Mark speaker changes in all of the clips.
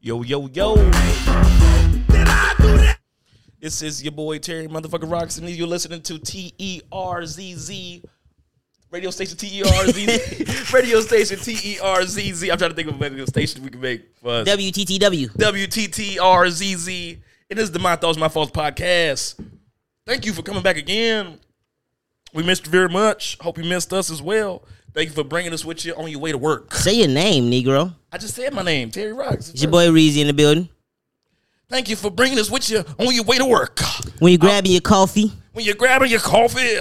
Speaker 1: Yo, yo, yo. This is your boy Terry Motherfucker Rocks, and you're listening to T E R Z Z radio station T E R Z Z radio station T E R Z Z. I'm trying to think of a radio station we can make. for us.
Speaker 2: WTTW.
Speaker 1: WTTRZZ. It is the My Thoughts, My Faults podcast. Thank you for coming back again. We missed you very much. Hope you missed us as well. Thank you for bringing us with you on your way to work.
Speaker 2: Say your name, Negro.
Speaker 1: I just said my name, Terry Rocks.
Speaker 2: It's your boy Reezy in the building.
Speaker 1: Thank you for bringing us with you on your way to work.
Speaker 2: When you're grabbing your coffee,
Speaker 1: When you're grabbing your coffee,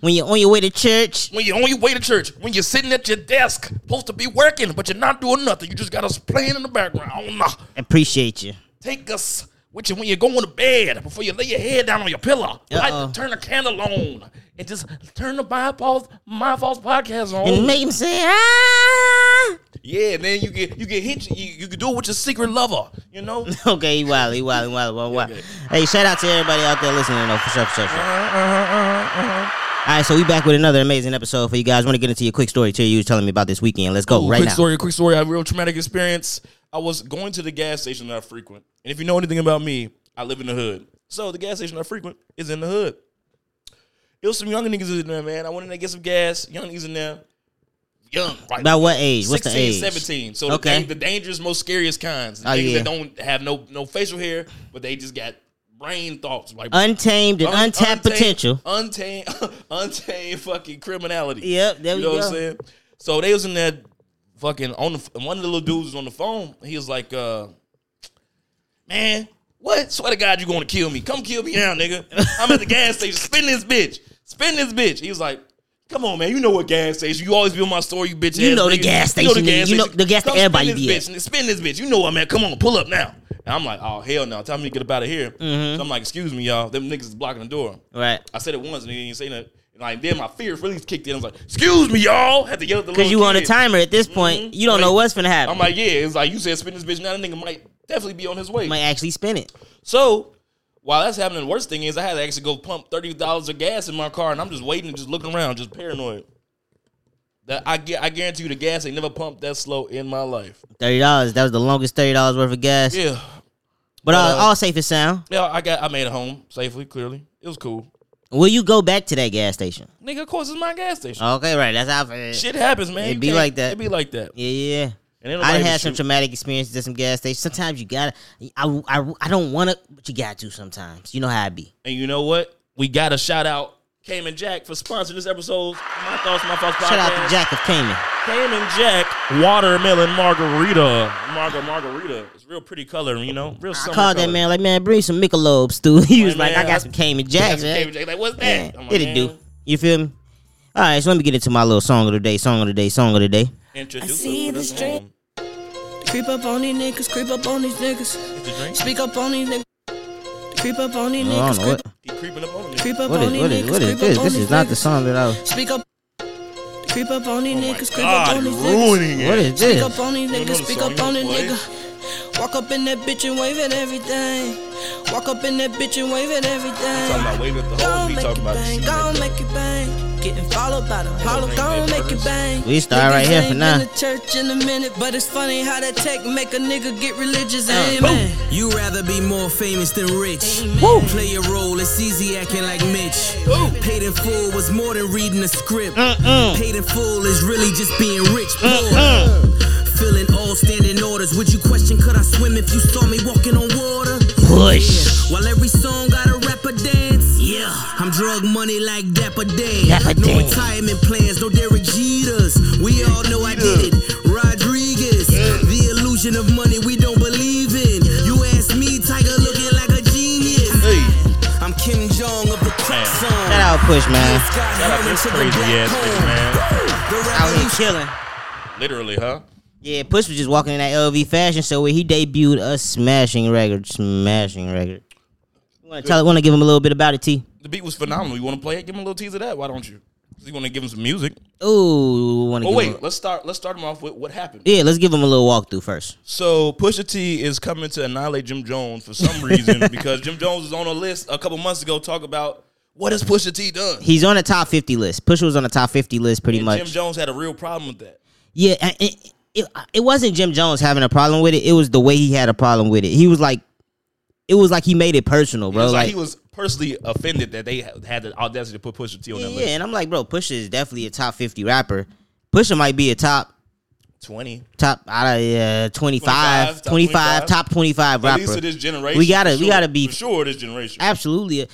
Speaker 2: when you're on your way to church,
Speaker 1: when you're on your way to church, when you're sitting at your desk, supposed to be working, but you're not doing nothing. You just got us playing in the background.
Speaker 2: appreciate you.
Speaker 1: Take us with you when you're going to bed before you lay your head down on your pillow.
Speaker 2: Uh-oh.
Speaker 1: Light, turn the candle on and just turn the My Falls, My Falls podcast on.
Speaker 2: And make him say, ah.
Speaker 1: yeah, and then you get you get hit. You, you can do it with your secret lover. You know.
Speaker 2: Okay, he wild, he wild, he wild, wild, wild. Hey, shout out to everybody out there listening, though, for sure, for sure, for sure. All right, so we back with another amazing episode for you guys. want to get into your quick story, too. You was telling me about this weekend. Let's go
Speaker 1: Ooh,
Speaker 2: right
Speaker 1: Oh, quick
Speaker 2: now.
Speaker 1: story, quick story. I had a real traumatic experience. I was going to the gas station that I frequent. And if you know anything about me, I live in the hood. So the gas station I frequent is in the hood. It was some young niggas in there, man. I went in there to get some gas. Young niggas in there. Young, right?
Speaker 2: About what age? What's
Speaker 1: 16,
Speaker 2: the age?
Speaker 1: 17. So
Speaker 2: Okay.
Speaker 1: the, dang- the dangerous, most scariest kinds. The
Speaker 2: Oh,
Speaker 1: niggas
Speaker 2: yeah.
Speaker 1: that don't have no no facial hair, but they just got brain thoughts. Like
Speaker 2: Untamed and
Speaker 1: un-
Speaker 2: untapped potential.
Speaker 1: Untamed, untamed fucking criminality.
Speaker 2: Yep,
Speaker 1: you
Speaker 2: there we
Speaker 1: know what
Speaker 2: go.
Speaker 1: I'm saying? So they was in that fucking on the and one of the little dudes was on the phone. He was like, uh, man, what? Swear to God, you gonna kill me. Come kill me now, nigga. I'm at the gas station. Spin this bitch. Spin this bitch. He was like, Come on, man. You know what gas station. You always be on my story, you bitch.
Speaker 2: You
Speaker 1: ass
Speaker 2: know the
Speaker 1: nigga.
Speaker 2: gas station, nigga. You know the gas that
Speaker 1: Come spin
Speaker 2: everybody
Speaker 1: this
Speaker 2: be at."
Speaker 1: bitch bitch, spin this bitch. You know what, man? Come on, pull up now. And I'm like, oh hell no! Time me to get up out of here.
Speaker 2: Mm-hmm.
Speaker 1: So I'm like, excuse me, y'all. Them niggas is blocking the door.
Speaker 2: Right.
Speaker 1: I said it once and he didn't say nothing. And like then my fear really kicked in. I was like, excuse me, y'all. Had to yell at the
Speaker 2: Because
Speaker 1: little
Speaker 2: you on a
Speaker 1: kid.
Speaker 2: timer at this point.
Speaker 1: Mhm.
Speaker 2: You don't
Speaker 1: Like,
Speaker 2: know what's going to happen.
Speaker 1: I'm like, yeah. It's like you said, spin this bitch. Now that nigga might definitely be on his way.
Speaker 2: might actually spin it.
Speaker 1: So while that's happening, the worst thing is I had to actually go pump thirty dollars of gas in my car, and I'm just waiting and just looking around, just paranoid. That I get, I guarantee you, the gas ain't never pumped that slow in my life.
Speaker 2: $30. That was the longest $30 worth of gas.
Speaker 1: Yeah,
Speaker 2: but all,
Speaker 1: uh,
Speaker 2: all safe and sound.
Speaker 1: yeah. I got, I made it home safely. Clearly, it was cool.
Speaker 2: Will you go back to that gas station?
Speaker 1: Nigga, of course it's my gas station.
Speaker 2: Okay, right. That's how. Yeah,
Speaker 1: Shit happens, man.
Speaker 2: Uh, It
Speaker 1: You
Speaker 2: be
Speaker 1: can't-
Speaker 2: like that.
Speaker 1: It be like that.
Speaker 2: yeah.
Speaker 1: And ain't
Speaker 2: I
Speaker 1: nobody
Speaker 2: done
Speaker 1: to
Speaker 2: had some
Speaker 1: shoot.
Speaker 2: traumatic experiences at some gas stations. Sometimes you gotta. I, I, I don't wanna, but you got to sometimes. You know how it be.
Speaker 1: And you know what? We got to shout out Cayman Jack for sponsoring this episode. My thoughts, my thoughts.
Speaker 2: Shout out
Speaker 1: podcast.
Speaker 2: to Jack of Cayman.
Speaker 1: Cayman Jack watermelon margarita. Marga margarita. It's real pretty color, you know. Real
Speaker 2: I
Speaker 1: summer
Speaker 2: called that
Speaker 1: color.
Speaker 2: man like, man, bring some Michelob, Stu. He was
Speaker 1: Like,
Speaker 2: like, I
Speaker 1: man,
Speaker 2: got
Speaker 1: I-
Speaker 2: some Cayman
Speaker 1: Got
Speaker 2: Jack,
Speaker 1: some
Speaker 2: man.
Speaker 1: Cayman Jack. Like, what's
Speaker 2: Yeah,
Speaker 1: that? I'm like,
Speaker 2: it'll do.
Speaker 1: man,
Speaker 2: You feel me? All right, so let me get into my little song of the day. Song of the day. Song of the day.
Speaker 1: Introduce
Speaker 3: I see
Speaker 1: us to
Speaker 3: the
Speaker 1: this
Speaker 3: straight-
Speaker 1: home.
Speaker 3: Creep up on these niggas, creep up on these niggas.
Speaker 1: Get your drink.
Speaker 3: Speak up on these niggas. Creep up on these
Speaker 2: I don't
Speaker 3: niggas.
Speaker 2: know
Speaker 3: Creep,
Speaker 2: what.
Speaker 1: He creeping up on me.
Speaker 3: creep up
Speaker 2: What
Speaker 3: on
Speaker 2: is
Speaker 3: these
Speaker 2: what is
Speaker 3: niggas.
Speaker 2: what is
Speaker 3: creep
Speaker 2: this?
Speaker 3: up on
Speaker 2: This
Speaker 3: these
Speaker 2: is not the
Speaker 3: niggas.
Speaker 2: song that I was.
Speaker 3: Speak up. Creep up on these
Speaker 1: Oh my
Speaker 3: niggas. Creep up
Speaker 1: God,
Speaker 3: on
Speaker 1: you
Speaker 3: these niggas.
Speaker 1: ruining
Speaker 2: What
Speaker 1: it.
Speaker 2: is
Speaker 3: Speak up
Speaker 2: this?
Speaker 3: on these
Speaker 1: know
Speaker 3: niggas.
Speaker 1: the
Speaker 3: Speak
Speaker 1: song,
Speaker 3: up on
Speaker 1: you
Speaker 3: these
Speaker 1: don't play.
Speaker 3: nigga. Walk up in that bitch and wave at everything. Walk up in that bitch and wave at everything.
Speaker 1: Talking about waving at the
Speaker 3: Gon'
Speaker 1: hole. He
Speaker 3: make
Speaker 1: talking
Speaker 3: it
Speaker 1: about
Speaker 3: bang,
Speaker 1: shooting
Speaker 3: gon'
Speaker 1: at the-
Speaker 3: make it bang. Getting followed by the Apollo,
Speaker 1: think
Speaker 3: gon'
Speaker 1: they
Speaker 3: make it
Speaker 1: brothers.
Speaker 3: bang.
Speaker 2: We start right
Speaker 3: Niggas
Speaker 2: here for
Speaker 3: ain't
Speaker 2: now.
Speaker 3: Been to church in a minute, but it's funny how that tech make a nigga get
Speaker 2: Uh,
Speaker 3: religious. Amen.
Speaker 4: You rather be more famous than rich. Play your role, it's easy acting like Mitch. Paid in full was more than reading a script. Paid in full is really just being rich. Poor. Filling all standing orders. Would you question could I swim if you saw me walking on water?
Speaker 2: Push.
Speaker 4: Yeah. While every song got a rapper dance. Yeah. I'm drug money like Dapper Dan.
Speaker 2: Dapper
Speaker 4: no
Speaker 2: Dan.
Speaker 4: retirement plans, no Derek Jeters. We all know I did it. Rodriguez. The illusion of money we don't believe in. You ask me, Tiger looking like a genius. I'm Kim Jong of the
Speaker 1: Man.
Speaker 4: crack song.
Speaker 2: Shout out, push, man.
Speaker 4: Scott
Speaker 1: Shout out
Speaker 4: Herman
Speaker 1: this
Speaker 4: to the
Speaker 1: crazy
Speaker 4: black
Speaker 1: ass nigga,
Speaker 4: hole.
Speaker 1: man.
Speaker 4: The
Speaker 2: Out here
Speaker 4: revolution.
Speaker 2: killing.
Speaker 1: Literally, huh?
Speaker 2: Yeah, Push was just walking in that LV fashion show where he debuted a smashing record, smashing record. Want to tell, want to give him a little bit about it, T.
Speaker 1: The beat was phenomenal. You want to play it? Give him a little tease of that. Why don't you? 'Cause You want to give him some music?
Speaker 2: Ooh, want to
Speaker 1: Oh
Speaker 2: give
Speaker 1: wait,
Speaker 2: Him,
Speaker 1: let's start. Let's start him off with what happened.
Speaker 2: yeah, let's give him a little walkthrough first.
Speaker 1: So Pusha T is coming to annihilate Jim Jones for some reason because Jim Jones was on a list a couple months ago talk about what has Pusha T done.
Speaker 2: He's on the top fifty list. Push was on the top fifty list, pretty
Speaker 1: And
Speaker 2: much.
Speaker 1: Jim Jones had a real problem with that.
Speaker 2: yeah, and, and- it, it wasn't Jim Jones having a problem with it. It was the way he had a problem with it. He was like, it was like he made it personal,
Speaker 1: It
Speaker 2: bro.
Speaker 1: was like,
Speaker 2: like,
Speaker 1: he was personally offended that they had the audacity to put Pusha T on
Speaker 2: yeah,
Speaker 1: that
Speaker 2: yeah,
Speaker 1: list.
Speaker 2: and I'm like, bro, Pusha is definitely a top 50 rapper. Pusha might be a top
Speaker 1: Twenty.
Speaker 2: top out of uh, 25, 25,
Speaker 1: 25, top 25.
Speaker 2: top 25
Speaker 1: At least to
Speaker 2: rapper.
Speaker 1: this generation.
Speaker 2: We gotta-
Speaker 1: for
Speaker 2: we
Speaker 1: sure.
Speaker 2: gotta be-
Speaker 1: for sure this generation.
Speaker 2: Absolutely.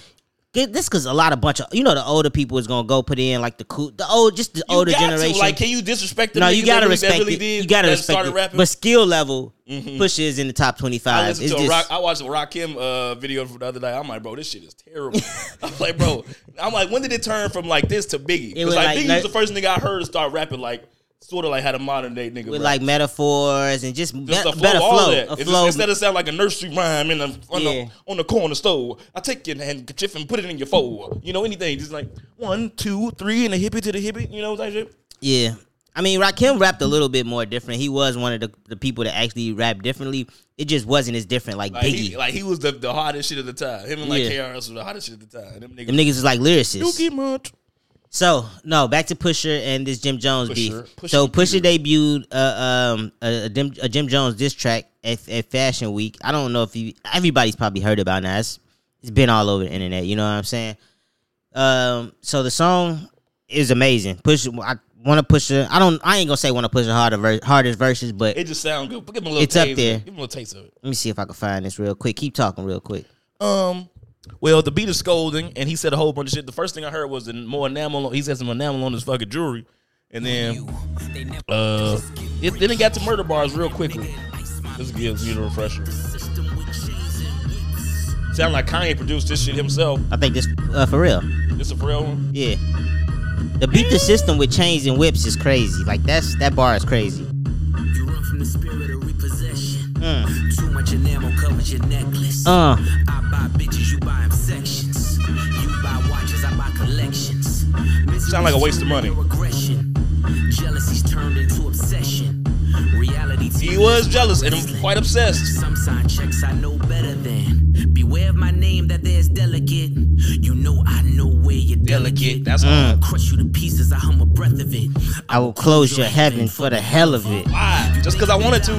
Speaker 2: Get this because a lot of bunch of you know the older people is gonna go put in like the cool the old just the
Speaker 1: You
Speaker 2: older
Speaker 1: got to.
Speaker 2: generation.
Speaker 1: Like, can you disrespect the
Speaker 2: no,
Speaker 1: niggas
Speaker 2: you gotta
Speaker 1: that really,
Speaker 2: respect
Speaker 1: that really
Speaker 2: it.
Speaker 1: did
Speaker 2: you gotta
Speaker 1: that
Speaker 2: respect
Speaker 1: started
Speaker 2: it.
Speaker 1: rapping? Mm-hmm.
Speaker 2: But skill level, Pusha is in the top twenty
Speaker 1: I
Speaker 2: five.
Speaker 1: listened
Speaker 2: It's
Speaker 1: to a
Speaker 2: just
Speaker 1: rock. I watched a Rakim uh, video from the other day. I'm like, bro, this shit is terrible. I'm like, bro, I'm like, when did it turn from like this to Biggie?
Speaker 2: It
Speaker 1: Because
Speaker 2: was
Speaker 1: like,
Speaker 2: like-
Speaker 1: Biggie
Speaker 2: like-
Speaker 1: was the first nigga I heard start rapping like sort of like had a modern day nigga.
Speaker 2: with
Speaker 1: rap.
Speaker 2: like metaphors and just,
Speaker 1: Just
Speaker 2: be-
Speaker 1: a flow,
Speaker 2: better
Speaker 1: all
Speaker 2: flow,
Speaker 1: that.
Speaker 2: a
Speaker 1: It's-
Speaker 2: flow.
Speaker 1: instead of sound like a nursery rhyme in the, on,
Speaker 2: Yeah.
Speaker 1: the, on the corner store, I take your handkerchief and put it in your fold. You know, anything. Just like one, two, three, and a hippie to the hippie. You know, type shit.
Speaker 2: Yeah. I mean, Rakim rapped a little bit more different. He was one of the, the people that actually rapped differently. It just wasn't as different like,
Speaker 1: Like
Speaker 2: Biggie.
Speaker 1: he, like he was the, the hottest shit at the time. Him and like
Speaker 2: Yeah.
Speaker 1: KRS was the hottest shit at the time. Them
Speaker 2: Them
Speaker 1: niggas.
Speaker 2: niggas is like lyricists.
Speaker 1: Dookie Munch.
Speaker 2: So no, back to Pusher and this Jim Jones
Speaker 1: Pusher.
Speaker 2: beef.
Speaker 1: Pusher
Speaker 2: so Pusher
Speaker 1: T.
Speaker 2: debuted uh, um, a, a, Dim- a Jim Jones diss track at, at Fashion Week. I don't know if you everybody's probably heard about it now. It's, it's been all over the internet. You know what I'm saying? Um, so the song is amazing. Push, I want to push. I don't. I ain't gonna say want to push the harder ver- hardest verses, but
Speaker 1: It just sound good. Give him a little
Speaker 2: It's up
Speaker 1: taste.
Speaker 2: there.
Speaker 1: Give him a little taste of it.
Speaker 2: let me see if I can find this real quick. Keep talking real quick.
Speaker 1: Um, well, the beat is scolding, and he said a whole bunch of shit. The first thing I heard was the more enamel. He said some enamel on his fucking jewelry, and then uh, it, then it got to murder bars real quickly. This gives you the refresher. Sound like Kanye produced this shit himself.
Speaker 2: I think this uh, for real.
Speaker 1: This a real one.
Speaker 2: Yeah. The beat the system with chains and whips is crazy. Like that's that bar is crazy.
Speaker 4: You run from the spirit of repossession.
Speaker 2: Mm.
Speaker 4: Too much enamel covers your necklace.
Speaker 2: Uh.
Speaker 4: I buy bitches, you buy 'em sections. You buy watches, I buy collections.
Speaker 1: Sound like a waste of money.
Speaker 4: Regression. Jealousy's turned into obsession. Reality
Speaker 1: He was jealous and I'm quite obsessed.
Speaker 4: some sign checks I know better than. Beware of my name that there's delicate. You know I know where you're delicate.
Speaker 1: That's
Speaker 4: I'll crush you to pieces. I hum a breath of it.
Speaker 2: I will close your heaven for the hell of it.
Speaker 1: why. Just because I wanted to.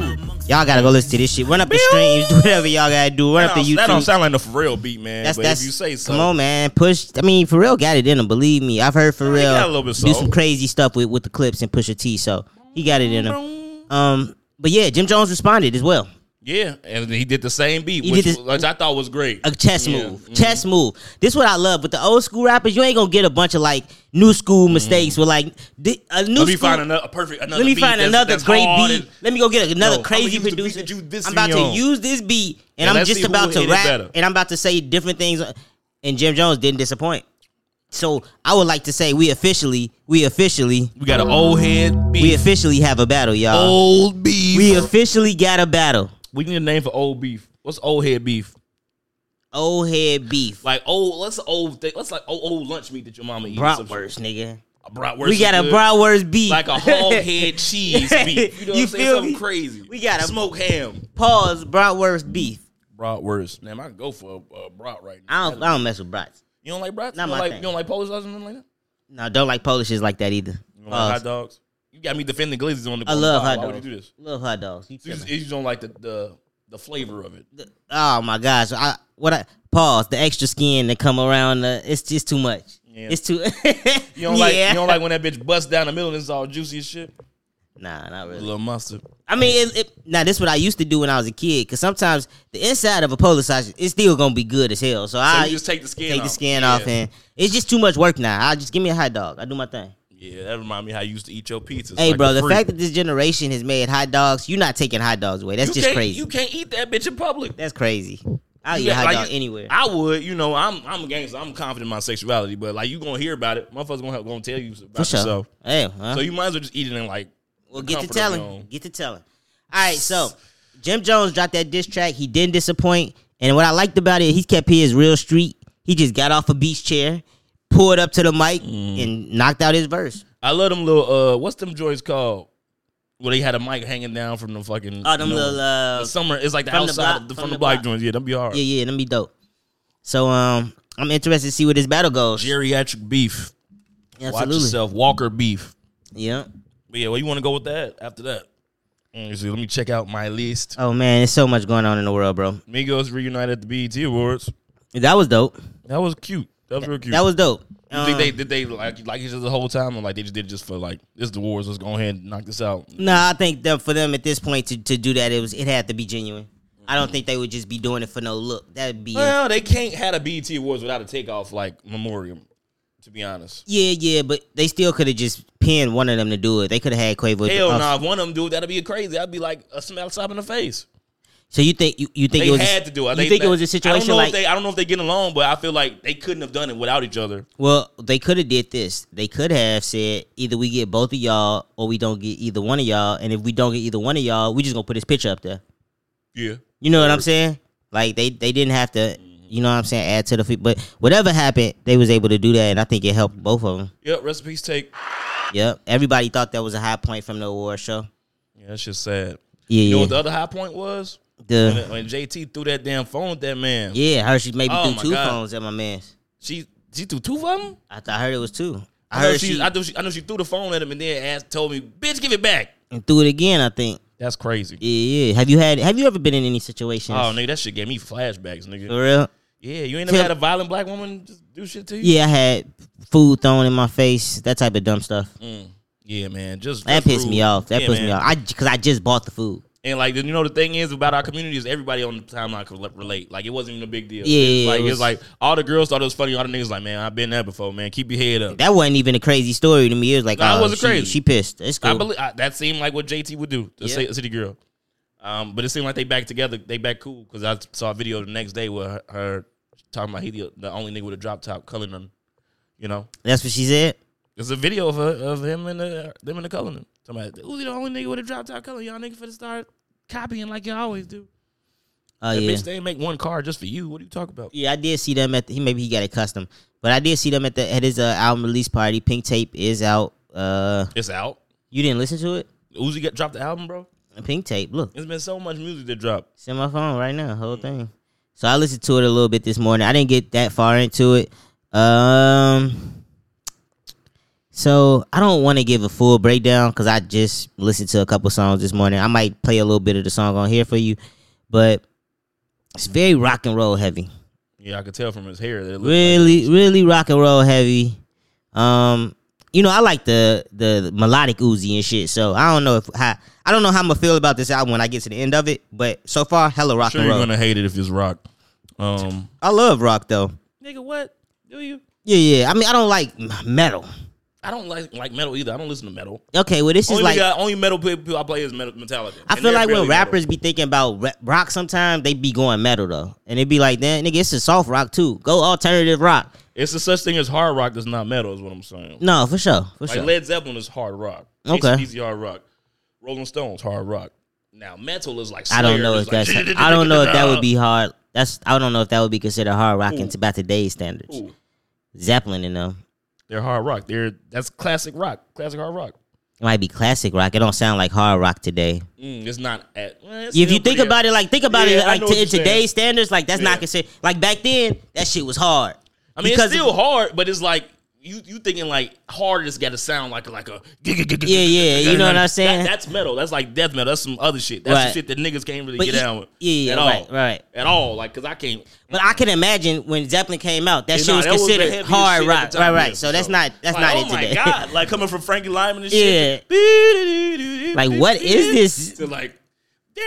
Speaker 2: Y'all gotta go listen to this shit. Run up the streams, do whatever y'all gotta do. Run
Speaker 1: That
Speaker 2: up the
Speaker 1: don't, that don't
Speaker 2: YouTube.
Speaker 1: sound like the Pharrell beat, man.
Speaker 2: That's
Speaker 1: but
Speaker 2: that's.
Speaker 1: if you say so,
Speaker 2: Come on, man. Push. I mean, Pharrell got it in him. Believe me, I've heard Pharrell
Speaker 1: got a little bit
Speaker 2: do
Speaker 1: soul.
Speaker 2: some crazy stuff with, with the clips and Pusha T. So he got it in him. Um, but yeah, Jim Jones responded as well.
Speaker 1: Yeah, and he did the same beat,
Speaker 2: He
Speaker 1: which,
Speaker 2: did this-
Speaker 1: which I thought was great.
Speaker 2: a chess
Speaker 1: Yeah. mm-hmm.
Speaker 2: move. Chess move. This what I love with the old school rappers. You ain't gonna get a bunch of like new school mistakes with like di- a new
Speaker 1: Mm. Let me
Speaker 2: school.
Speaker 1: find another a perfect. Another
Speaker 2: let me
Speaker 1: beat
Speaker 2: find
Speaker 1: that's-
Speaker 2: another
Speaker 1: that's
Speaker 2: great
Speaker 1: hard
Speaker 2: beat.
Speaker 1: and-
Speaker 2: Let me go get another
Speaker 1: No, I'ma
Speaker 2: crazy
Speaker 1: use the beat
Speaker 2: producer.
Speaker 1: that you dissing
Speaker 2: I'm about
Speaker 1: me
Speaker 2: to
Speaker 1: on.
Speaker 2: use this beat, and,
Speaker 1: And
Speaker 2: I'm
Speaker 1: let's see
Speaker 2: just
Speaker 1: who
Speaker 2: about
Speaker 1: will
Speaker 2: to
Speaker 1: hit it
Speaker 2: rap,
Speaker 1: better.
Speaker 2: and I'm about to say different things. uh, And Jim Jones didn't disappoint. So I would like to say we officially, we officially,
Speaker 1: we got an old head beef.
Speaker 2: we officially have a battle, y'all.
Speaker 1: old beef.
Speaker 2: We
Speaker 1: We,
Speaker 2: officially got a battle.
Speaker 1: need a name for old beef. What's old head beef?
Speaker 2: Old head beef,
Speaker 1: Like old. Let's old. Thing, let's like old, old lunch meat that your mama eats. or some
Speaker 2: bratwurst,
Speaker 1: shit.
Speaker 2: nigga.
Speaker 1: A bratwurst.
Speaker 2: We
Speaker 1: is
Speaker 2: got a
Speaker 1: good.
Speaker 2: bratwurst beef,
Speaker 1: Like a whole head cheese beef. You know what
Speaker 2: You
Speaker 1: I'm saying?
Speaker 2: feel
Speaker 1: Something
Speaker 2: me?
Speaker 1: crazy.
Speaker 2: We got a-
Speaker 1: smoke ham.
Speaker 2: Pause. Bratwurst beef.
Speaker 1: Bratwurst. Man, I can go for a, a brat right now.
Speaker 2: I don't. I don't mess with brats.
Speaker 1: you don't like brats?
Speaker 2: Not
Speaker 1: you
Speaker 2: my
Speaker 1: don't like,
Speaker 2: thing.
Speaker 1: You don't like Polish sauce or nothing like that?
Speaker 2: No, don't like Polishes like that either.
Speaker 1: You don't like hot
Speaker 2: Pause.
Speaker 1: dogs? Uh, You got me defending glizzies on the.
Speaker 2: I love
Speaker 1: why,
Speaker 2: hot
Speaker 1: Why
Speaker 2: dogs.
Speaker 1: would you do this?
Speaker 2: Love hot dogs. You
Speaker 1: You
Speaker 2: tripping.
Speaker 1: just, you just don't like the, the the flavor of it.
Speaker 2: oh my gosh! I what I pause the extra skin that come around. Uh, it's just too much.
Speaker 1: Yeah.
Speaker 2: It's too.
Speaker 1: You don't like you don't like when that bitch busts down the middle and it's all juicy as shit.
Speaker 2: Nah,
Speaker 1: A
Speaker 2: not really.
Speaker 1: little mustard.
Speaker 2: I mean, it, it, now this is what I used to do when I was a kid. Cause sometimes the inside of a Polish sausage is still gonna be good as hell. So,
Speaker 1: So
Speaker 2: I
Speaker 1: you just take the skin
Speaker 2: take
Speaker 1: off.
Speaker 2: the skin
Speaker 1: Yeah.
Speaker 2: off, and it's just too much work now. I just give me a hot dog. I do my thing.
Speaker 1: Yeah, that remind me how you used to eat your pizzas.
Speaker 2: Hey,
Speaker 1: like
Speaker 2: bro, the
Speaker 1: free.
Speaker 2: fact that this generation has made hot dogs, you're not taking hot dogs away. That's
Speaker 1: you
Speaker 2: just
Speaker 1: can't,
Speaker 2: crazy.
Speaker 1: You can't eat that bitch in public.
Speaker 2: That's crazy. I'll eat
Speaker 1: Yeah,
Speaker 2: a hot
Speaker 1: like,
Speaker 2: dog
Speaker 1: you-
Speaker 2: anywhere.
Speaker 1: I would, you know, I'm I'm a gangster. I'm confident in my sexuality, but like you gonna hear about it. Motherfuckers gonna, have- gonna tell you
Speaker 2: For
Speaker 1: about
Speaker 2: sure.
Speaker 1: yourself.
Speaker 2: Hey, huh?
Speaker 1: So you might as well just eat it in like
Speaker 2: well,
Speaker 1: the
Speaker 2: get to
Speaker 1: comfort of your
Speaker 2: telling.
Speaker 1: own.
Speaker 2: Get to telling. All right, so Jim Jones dropped that diss track. He didn't disappoint. And what I liked about it, he kept his real street. He just got off a beach chair, pulled up to the mic,
Speaker 1: Mm.
Speaker 2: and knocked out his verse.
Speaker 1: I love them little uh what's them joints called? Where they had a mic hanging down from the fucking
Speaker 2: Oh, them
Speaker 1: you know,
Speaker 2: little, uh,
Speaker 1: the summer it's like the
Speaker 2: from the
Speaker 1: outside
Speaker 2: block-
Speaker 1: of the,
Speaker 2: from
Speaker 1: from,
Speaker 2: the
Speaker 1: the black
Speaker 2: block.
Speaker 1: joints. Yeah, that'd be hard.
Speaker 2: Yeah, yeah, that'd be dope. So um, I'm interested to see where this battle goes.
Speaker 1: Geriatric beef. Watch
Speaker 2: Absolutely.
Speaker 1: yourself. Walker beef.
Speaker 2: Yeah.
Speaker 1: But yeah, where you want to go with that after that? Mm, so let me check out my list.
Speaker 2: Oh man, there's so much going on in the world, bro.
Speaker 1: Migos reunited at the BET Awards.
Speaker 2: That was dope.
Speaker 1: That was cute. That was real cute.
Speaker 2: That was um, dope.
Speaker 1: You think they did they like like each other the whole time, or like they just did it just for like this is the awards? Let's go ahead and knock this out.
Speaker 2: Nah, I think that for them at this point to, to do that, it was it had to be genuine. I don't think they would just be doing it for no look. That'd be
Speaker 1: Well, they can't have a BET Awards without a takeoff like memoriam. To be honest,
Speaker 2: yeah, yeah, but they still could have just pinned one of them to do it. They could have had Quavo.
Speaker 1: hell
Speaker 2: uh,
Speaker 1: no. if one of them do it, that'd be crazy. I'd be like a smell slap in the face.
Speaker 2: So you think you, you think
Speaker 1: They
Speaker 2: it was
Speaker 1: had to do it.
Speaker 2: You
Speaker 1: They-
Speaker 2: think
Speaker 1: they-
Speaker 2: it was a
Speaker 1: I don't
Speaker 2: situation
Speaker 1: know
Speaker 2: like
Speaker 1: if they, I don't know if they get along, but I feel like they couldn't have done it without each other.
Speaker 2: Well, they could have did this. They could have said either we get both of y'all or we don't get either one of y'all. And if we don't get either one of y'all, we just gonna put this picture up there.
Speaker 1: Yeah,
Speaker 2: You know what I'm saying? Like they they didn't have to. You know what I'm saying? Add to the feet, but whatever happened, they was able to do that, and I think it helped both of them.
Speaker 1: yep. Recipes take.
Speaker 2: Yep, everybody thought that was a high point from the award show.
Speaker 1: Yeah, that's just sad.
Speaker 2: Yeah,
Speaker 1: You know
Speaker 2: yeah.
Speaker 1: what the other high point was? When,
Speaker 2: The,
Speaker 1: when JT threw that damn phone at that man.
Speaker 2: yeah, Hershey maybe
Speaker 1: Oh, my
Speaker 2: threw two
Speaker 1: God.
Speaker 2: phones at my man's.
Speaker 1: She she threw two of them.
Speaker 2: I, th- I heard it was two. I,
Speaker 1: I, know
Speaker 2: heard
Speaker 1: she,
Speaker 2: she,
Speaker 1: I know she I know she threw the phone at him and then asked told me, "Bitch, give it back."
Speaker 2: and threw it again. I think.
Speaker 1: That's crazy.
Speaker 2: Yeah, yeah. Have you had? Have you ever been in any situations?
Speaker 1: Oh nigga, that shit gave me flashbacks, nigga.
Speaker 2: for real.
Speaker 1: Yeah, you ain't never
Speaker 2: Tell-
Speaker 1: had a violent black woman just do shit to you.
Speaker 2: Yeah, I had food thrown in my face, that type of dumb stuff.
Speaker 1: Yeah, man, just
Speaker 2: That
Speaker 1: just
Speaker 2: pissed me
Speaker 1: Mm, rude.
Speaker 2: off. That
Speaker 1: Yeah,
Speaker 2: pissed me
Speaker 1: man.
Speaker 2: off. I because I just bought the food.
Speaker 1: And like you know, the thing is about our community is everybody on the timeline could le- relate. Like it wasn't even a big deal.
Speaker 2: Yeah,
Speaker 1: It's
Speaker 2: yeah,
Speaker 1: like
Speaker 2: it
Speaker 1: it's
Speaker 2: was-
Speaker 1: like all the girls thought it was funny. All the niggas like, man, I've been there before, man. Keep your head up.
Speaker 2: That wasn't even a crazy story to me. It was like,
Speaker 1: Nah, it
Speaker 2: oh,
Speaker 1: wasn't
Speaker 2: she,
Speaker 1: crazy.
Speaker 2: she pissed. It's cool.
Speaker 1: I believe I, that seemed like what JT would do. The
Speaker 2: Yeah.
Speaker 1: ci- city girl. Um, but it seemed like they back together. They back cool because I saw a video the next day where her, her talking about he the, the only nigga with a drop top, Cullinan. You know,
Speaker 2: That's what she said.
Speaker 1: there's a video of her, of him and the, them and the Cullinan. Somebody, who's the only nigga with a drop top Cullinan? Y'all nigga for the start copying like you always do.
Speaker 2: Oh
Speaker 1: That
Speaker 2: yeah,
Speaker 1: bitch, they ain't make one car just for you. What are you talking about?
Speaker 2: yeah. I did see them at. The, he maybe he got it custom, but I did see them at the at his uh, album release party. Pink Tape is out. Uh,
Speaker 1: It's out.
Speaker 2: you didn't listen to it?
Speaker 1: Uzi got dropped the album, bro.
Speaker 2: Pink Tape. Look,
Speaker 1: There's been so much music that dropped.
Speaker 2: It's in my phone right now, whole thing. So I listened to it a little bit this morning. I didn't get that far into it. Um so I don't want to give a full breakdown because I just listened to a couple songs this morning. I might play a little bit of the song on here for you, but it's very rock and roll heavy.
Speaker 1: Yeah, I could tell from his hair that it looked
Speaker 2: Really, really rock and roll heavy. Um, you know, I like the the melodic Uzi and shit. So I don't know if how I don't know how I'm gonna feel about this album when I get to the end of it. But so far, hella rock
Speaker 1: sure
Speaker 2: and
Speaker 1: you're
Speaker 2: roll.
Speaker 1: gonna hate it if it's rock. Um,
Speaker 2: I love rock though.
Speaker 1: nigga, what do you?
Speaker 2: Yeah, yeah. I mean, I don't like m- metal.
Speaker 1: I don't like like metal either. I don't listen to metal.
Speaker 2: Okay, well, this is
Speaker 1: Only,
Speaker 2: like
Speaker 1: guy- only metal people I play is metal, Metallica.
Speaker 2: I
Speaker 1: And
Speaker 2: feel
Speaker 1: they're
Speaker 2: like
Speaker 1: barely
Speaker 2: when
Speaker 1: metal.
Speaker 2: rappers be thinking about ra- rock, sometimes they be going metal though, and it be like, "Damn, nigga, it's a soft rock too. Go alternative rock."
Speaker 1: it's a such thing as hard rock that's not metal. Is what I'm saying.
Speaker 2: No, for sure, for
Speaker 1: like
Speaker 2: sure.
Speaker 1: Led Zeppelin is hard rock.
Speaker 2: Okay.
Speaker 1: AC/DC hard rock. Rolling Stones hard rock. Now metal is like
Speaker 2: I don't
Speaker 1: Slayer,
Speaker 2: know if
Speaker 1: it's like-
Speaker 2: that's. I don't know if that would be hard. That's. I don't know if that would be considered hard rock in
Speaker 1: Ooh.
Speaker 2: about today's standards.
Speaker 1: Ooh,
Speaker 2: Zeppelin and them
Speaker 1: they're hard rock. They're that's classic rock. Classic hard rock.
Speaker 2: it might be classic rock. It don't sound like hard rock today.
Speaker 1: Mm, it's not at. eh, it's still
Speaker 2: if you think
Speaker 1: pretty-
Speaker 2: about it, like think about
Speaker 1: Yeah,
Speaker 2: it,
Speaker 1: I
Speaker 2: like
Speaker 1: know
Speaker 2: to,
Speaker 1: what
Speaker 2: in
Speaker 1: you're saying.
Speaker 2: today's standards, like that's
Speaker 1: Yeah.
Speaker 2: not considered. Like back then, that shit was hard.
Speaker 1: I mean,
Speaker 2: Because-
Speaker 1: it's still hard, but it's like you you thinking like hard. It's got to sound like like a
Speaker 2: Yeah, yeah, you know what I'm saying?
Speaker 1: That, that's metal. That's like death metal. That's some other shit. That's
Speaker 2: Right.
Speaker 1: the shit that niggas can't really
Speaker 2: But
Speaker 1: get
Speaker 2: you-
Speaker 1: down with.
Speaker 2: yeah, yeah,
Speaker 1: at
Speaker 2: right,
Speaker 1: all.
Speaker 2: right.
Speaker 1: At all, like because I can't.
Speaker 2: But I can imagine when Zeppelin came out, that
Speaker 1: Nah,
Speaker 2: shit was
Speaker 1: that the
Speaker 2: considered
Speaker 1: heaviest
Speaker 2: hard
Speaker 1: shit at
Speaker 2: rock,
Speaker 1: the
Speaker 2: right?
Speaker 1: time,
Speaker 2: Right.
Speaker 1: yeah,
Speaker 2: So
Speaker 1: for
Speaker 2: that's
Speaker 1: sure.
Speaker 2: not that's
Speaker 1: Like,
Speaker 2: not
Speaker 1: oh
Speaker 2: it today.
Speaker 1: my god! Like coming from Frankie Lyman and
Speaker 2: Yeah.
Speaker 1: shit. Yeah.
Speaker 2: Like, what is this?
Speaker 1: To like.
Speaker 2: Yeah.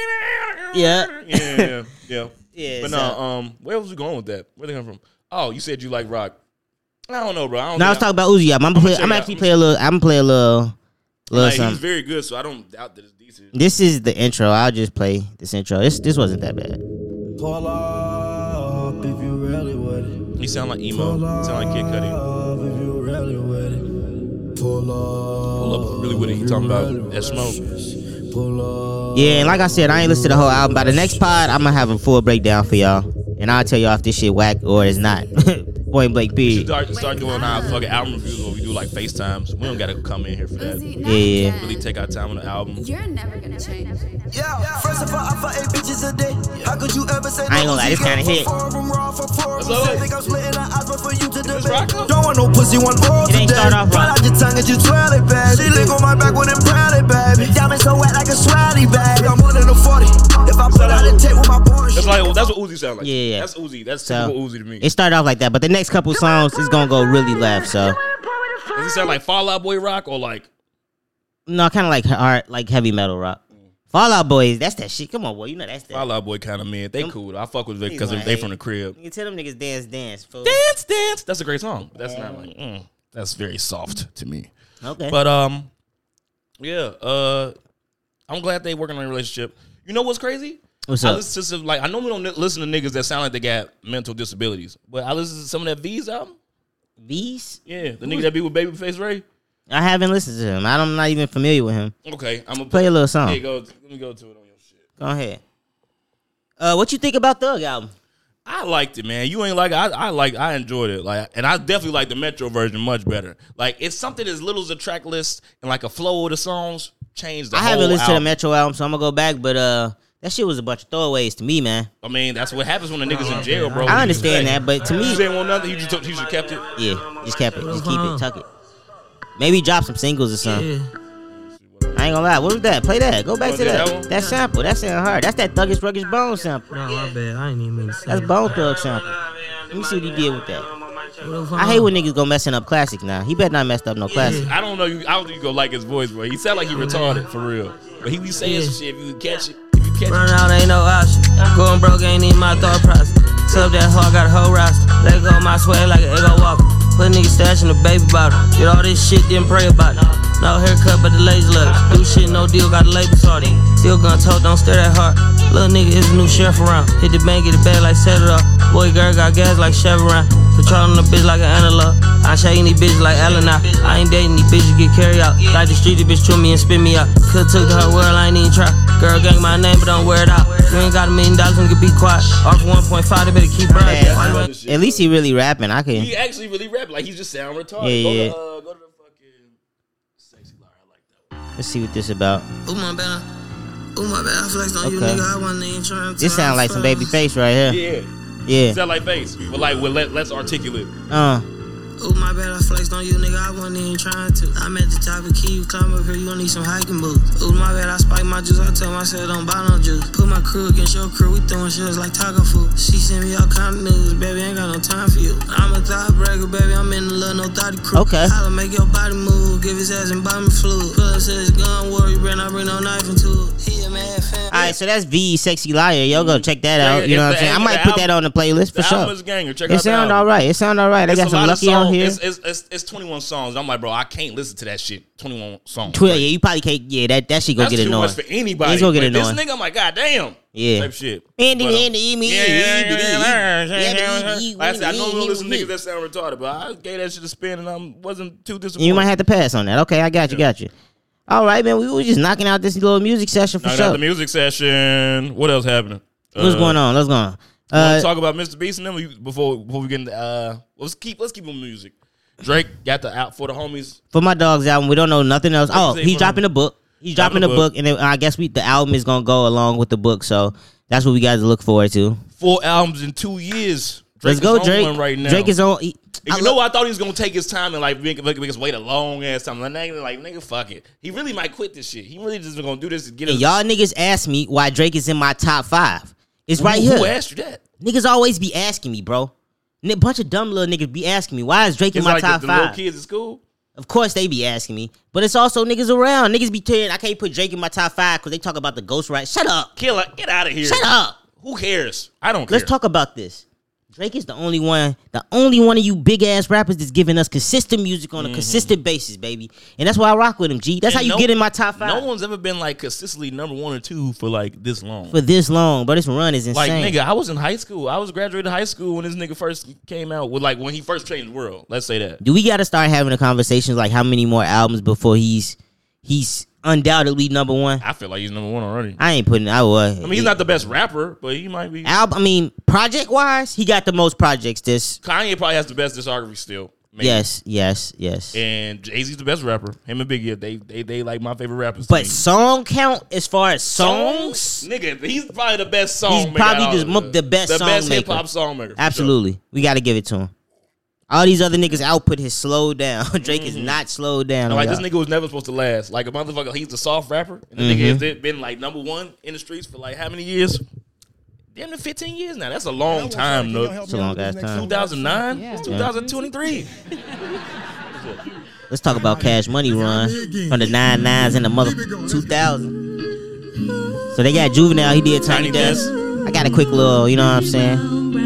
Speaker 1: Yeah. Yeah. yeah.
Speaker 2: Yeah,
Speaker 1: But
Speaker 2: so-
Speaker 1: no. Um. Where was we going with that? Where they come from? Oh, you said you like rock. I don't know, bro. I don't
Speaker 2: Now I was
Speaker 1: think I-
Speaker 2: talking about Uzi. I'm, I'm, play,
Speaker 1: check
Speaker 2: I'm
Speaker 1: it out.
Speaker 2: actually
Speaker 1: I'ma
Speaker 2: play a little. I'm gonna play a little, little
Speaker 1: Like, he's
Speaker 2: something.
Speaker 1: very good, so I don't doubt that it's decent.
Speaker 2: This is the intro. I'll just play this intro. This this wasn't that bad.
Speaker 5: Pull up if you really with it.
Speaker 1: He sound like emo. He sound like Kid Cudi.
Speaker 5: Up if you really with it. Pull up.
Speaker 1: Pull up, really with it. He talking about that smoke.
Speaker 5: Pull up.
Speaker 2: Yeah, and like I said, I ain't listened to the whole album. By the next pod, I'm gonna have a full breakdown for y'all, and I'll tell y'all if this shit whack or it's not. Point blank,
Speaker 1: We
Speaker 2: period.
Speaker 1: start, start doing our fucking album reviews where we do like FaceTimes. We don't gotta come in here for that. We
Speaker 6: Uzi, not
Speaker 2: Yeah.
Speaker 6: again.
Speaker 1: really take our time on the album.
Speaker 6: You're never gonna change.
Speaker 7: Yeah, first of all, I fuck eight bitches a day. I
Speaker 6: How could you ever say
Speaker 2: I ain't gonna lie, this kinda hit.
Speaker 1: all it. Let's rock out.
Speaker 6: Don't want no pussy, want oral
Speaker 2: It ain't
Speaker 6: today.
Speaker 2: start off
Speaker 6: Roll
Speaker 2: right.
Speaker 6: out your tongue as you twirl it, baby. She lick on my back when I'm proud it, baby. Diamond so wet like a sweaty bag. I'm more than a 40. If I put out a tape with my boy,
Speaker 1: That's like that's what Uzi sound like.
Speaker 2: Yeah, yeah.
Speaker 1: That's Uzi. That's
Speaker 2: So
Speaker 1: typical Uzi to me.
Speaker 2: it started off like that, but the next couple songs is gonna go really left. So
Speaker 1: Does he sound like Fallout Boy rock or like
Speaker 2: no, kind of like hard, like heavy metal rock. Fallout Boys, that's that shit. Come on, boy, you know that's that.
Speaker 1: Fallout Boy kind of man? They cool. I fuck with them because
Speaker 2: like,
Speaker 1: they from the crib.
Speaker 2: You can tell them niggas dance, dance. Fool.
Speaker 1: Dance, dance. That's a great song. But that's not like mm, that's very soft to me.
Speaker 2: Okay,
Speaker 1: But um, yeah. Uh, I'm glad they working on a relationship. You know what's crazy?
Speaker 2: what's
Speaker 1: I
Speaker 2: up?
Speaker 1: listen to some like I normally don't listen to niggas that sound like they got mental disabilities, but I listen to some of that V's album.
Speaker 2: Beast?
Speaker 1: Yeah, the nigga that be with Babyface Ray.
Speaker 2: I haven't listened to him. I don't- I'm not even familiar with him.
Speaker 1: Okay, I'm gonna
Speaker 2: Play a little song.
Speaker 1: Here, go. Let me go to it on your shit.
Speaker 2: Go ahead. Uh, what you think about Thug album?
Speaker 1: I liked it, man. You ain't like it. I, I like I enjoyed it. Like and I definitely like the Metro version much better. Like it's something as little as a track list and like a flow of the songs changed the
Speaker 2: I
Speaker 1: whole
Speaker 2: haven't listened to the
Speaker 1: album.
Speaker 2: Metro album, so I'm gonna go back. But uh, that shit was a bunch of throwaways to me, man.
Speaker 1: I mean, that's what happens when the niggas in jail, bro.
Speaker 2: I understand that, but to
Speaker 1: You
Speaker 2: me,
Speaker 1: didn't want nothing, you just took, you just kept it.
Speaker 2: yeah, just kept it, just keep it, tuck it. Maybe drop some singles or something. I ain't gonna lie. What was that? Play that. Go back
Speaker 1: Oh,
Speaker 2: to
Speaker 1: yeah,
Speaker 2: that.
Speaker 1: that
Speaker 2: That,
Speaker 1: one?
Speaker 2: sample. That sound hard. That's that thuggish ruggish bone sample.
Speaker 4: No, my bad. I ain't even mean to say
Speaker 2: That's
Speaker 4: it.
Speaker 2: bone thug sample. Let me see what he did with that. I hate when niggas go messing up classic now. He better not messed up no classic.
Speaker 1: I don't know. You, I don't think you gonna like his voice, bro. He sound like he retarded for real. But he be saying
Speaker 4: Yeah.
Speaker 1: some shit. If you catch it, if you catch
Speaker 4: Run out ain't no option. Going broke ain't even my thought process. Sub that hard, got a whole roster. Let go my swag like an ego walker. Put nigga stash in the baby bottle. Get all this shit, then pray about it. No haircut, but the lazy look. Do shit, no deal, got the label sorted. Still gun tote, don't stare that hard. Little nigga is a new sheriff around. Hit the bank, get the bag like set it up. Boy, girl got gas like Chevron. Controlling the bitch like an antelope. I shaking these bitches like Alana. I ain't dating these bitches, get carry out. Like the street, the bitch chew me and spit me out. Could took the whole world, I ain't even try. Girl gang my name, but don't wear it out. You ain't got a million dollars, nigga, be quiet. Off 1.5, they better keep riding.
Speaker 2: Yeah.
Speaker 4: Why you
Speaker 1: it.
Speaker 2: At least he really rapping. I can.
Speaker 1: he actually really rap. Like he just sound retarded.
Speaker 2: Yeah,
Speaker 1: go
Speaker 2: yeah.
Speaker 1: To, uh, go to the fucking sexy liar. I like that. one.
Speaker 2: Let's see what this about.
Speaker 4: Ooh, my bad. Ooh, my bad. I flexed on you,
Speaker 2: Okay.
Speaker 4: nigga. I wasn't even trying to.
Speaker 2: This sound like some baby face right here.
Speaker 1: Yeah,
Speaker 2: Yeah.
Speaker 1: sound like face, but like with le- less articulate.
Speaker 2: Uh.
Speaker 4: Ooh, my bad. I flexed on you, nigga. I wasn't even trying to. I'm at the top of key. You climb up here, you gonna need some hiking boots. Ooh, my bad. I spiked my juice. I tell myself don't buy no juice. Put my crew against your crew. We throwing shells like taco food. She send me all kind of news, baby. Ain't got no time for you. I'm a thought breaker, baby. I'm in the little no thought crew.
Speaker 2: Okay.
Speaker 4: Holla, make your body move. Give his ass and buy me fluid. Pull up, says gun worry, Brand. I bring no knife into it. He a mad fan.
Speaker 2: All right, so that's V Sexy Liar. Yo, go check that
Speaker 1: Mm. Yeah,
Speaker 2: out. You know what I'm
Speaker 1: it's the-
Speaker 2: saying? I might
Speaker 1: the
Speaker 2: put that on the playlist
Speaker 1: The
Speaker 2: for
Speaker 1: album
Speaker 2: sure.
Speaker 1: is ganger. Check
Speaker 2: It
Speaker 1: out the
Speaker 2: sound
Speaker 1: album.
Speaker 2: all right. It sound all right. I
Speaker 1: It's
Speaker 2: got
Speaker 1: a
Speaker 2: some
Speaker 1: lot
Speaker 2: lucky
Speaker 1: of songs.
Speaker 2: on here.
Speaker 1: It's, it's, it's, it's 21 songs. I'm like, bro, I can't listen to that shit. 21 songs.
Speaker 2: Twitter, yeah, you probably can't. Yeah, that that shit gonna
Speaker 1: That's
Speaker 2: get
Speaker 1: too
Speaker 2: annoying.
Speaker 1: much for anybody.
Speaker 2: It's gonna get
Speaker 1: But
Speaker 2: annoying.
Speaker 1: This nigga, I'm like, god damn.
Speaker 2: Yeah.
Speaker 1: Type shit.
Speaker 2: Andy,
Speaker 1: But, uh,
Speaker 2: Andy, Emi,
Speaker 1: Yeah, yeah,
Speaker 2: Emi,
Speaker 1: yeah, yeah,
Speaker 2: Emi,
Speaker 1: yeah, yeah.
Speaker 2: Emi,
Speaker 1: Like I said, I know we
Speaker 2: Emi,
Speaker 1: don't listen to
Speaker 2: Emi.
Speaker 1: niggas that sound retarded, but I gave that shit a spin and I wasn't too disappointed.
Speaker 2: You might have to pass on that. Okay, I got you, got you. All right, man. We were just knocking out this little music session for
Speaker 1: Knocked out
Speaker 2: sure.
Speaker 1: the music session. What else happening?
Speaker 2: What's
Speaker 1: Uh,
Speaker 2: going on? What's going on?
Speaker 1: wanna
Speaker 2: Uh,
Speaker 1: talk about Mr. Beast and then we, before before we get into uh, let's keep let's keep on music. Drake got the out for the homies.
Speaker 2: for my dog's album, we don't know nothing else. Oh,
Speaker 1: say
Speaker 2: he's
Speaker 1: for
Speaker 2: dropping
Speaker 1: him?
Speaker 2: a book. He's dropping a book, and then I guess we the album is gonna go along with the book. So that's what we got to look forward to.
Speaker 1: Four albums in two years. Drake
Speaker 2: Let's go,
Speaker 1: is on
Speaker 2: Drake.
Speaker 1: one right now.
Speaker 2: Drake is on. he-
Speaker 1: And
Speaker 2: I
Speaker 1: you
Speaker 2: lo-
Speaker 1: know, I thought he was gonna take his time and like make, make, make us wait a long ass time. Like, nigga, like nigga, fuck it. He really might quit this shit. He really just gonna do this to get
Speaker 2: And
Speaker 1: us-
Speaker 2: y'all niggas ask me why Drake is in my top five. It's right
Speaker 1: who,
Speaker 2: here.
Speaker 1: Who asked you that?
Speaker 2: Niggas always be asking me, bro. A bunch of dumb little niggas be asking me, why is Drake in
Speaker 1: It's
Speaker 2: my
Speaker 1: like
Speaker 2: top
Speaker 1: the, the little
Speaker 2: five?
Speaker 1: kids at school.
Speaker 2: Of course they be asking me, but it's also niggas around. Niggas be telling I can't put Drake in my top five because they talk about the ghost right. Shut up.
Speaker 1: Killer, get out of here.
Speaker 2: Shut up.
Speaker 1: Who cares? I don't care.
Speaker 2: Let's talk about this. Drake is the only one, the only one of you big ass rappers that's giving us consistent music on a consistent basis, baby. And that's why I rock with him, G. That's
Speaker 1: Mm-hmm. And
Speaker 2: how you
Speaker 1: no-
Speaker 2: get in my top five
Speaker 1: No one's ever been like consistently number one or two for like this long.
Speaker 2: for this long, but this run is insane.
Speaker 1: Like nigga, I was in high school. I was graduating high school when this nigga first came out. With like when he first changed world. Let's say that.
Speaker 2: Do we got to start having a conversation like how many more albums before he's he's undoubtedly number one?
Speaker 1: I feel like he's number one already. I
Speaker 2: I ain't putting. I was. I
Speaker 1: mean, he's not the best rapper, but he might be.
Speaker 2: Album. I mean, project wise, he got the most projects. This
Speaker 1: Kanye probably has the best discography still. made.
Speaker 2: Yes, yes, yes.
Speaker 1: And Jay Z's the best rapper. Him and Biggie, they they they like my favorite rappers. to
Speaker 2: but
Speaker 1: me.
Speaker 2: song count as far as songs,
Speaker 1: nigga, he's probably the best song.
Speaker 2: He's
Speaker 1: maker
Speaker 2: probably
Speaker 1: out
Speaker 2: just
Speaker 1: of
Speaker 2: mo- the best
Speaker 1: the
Speaker 2: song
Speaker 1: best
Speaker 2: maker.
Speaker 1: hip hop song maker. for sure.
Speaker 2: absolutely, we got to give it to him. All these other niggas' output has slowed down. Drake is not slowed down.
Speaker 1: And, Mm-hmm. like
Speaker 2: y'all.
Speaker 1: this nigga was never supposed to last. Like a motherfucker, he's a soft rapper, and the nigga
Speaker 2: Mm-hmm.
Speaker 1: has been like number one in the streets for like how many years? Damn, near fifteen years now. That's a long time, though.
Speaker 2: It's a long ass time.
Speaker 1: Two thousand nine,
Speaker 7: Yeah.
Speaker 1: it's two thousand twenty three.
Speaker 2: Let's talk about Cash Money Run from the nine nines and the mother two thousand. So they got Juvenile. He did Tiny
Speaker 1: 90
Speaker 2: Desk. I got a quick little. You know what I'm saying?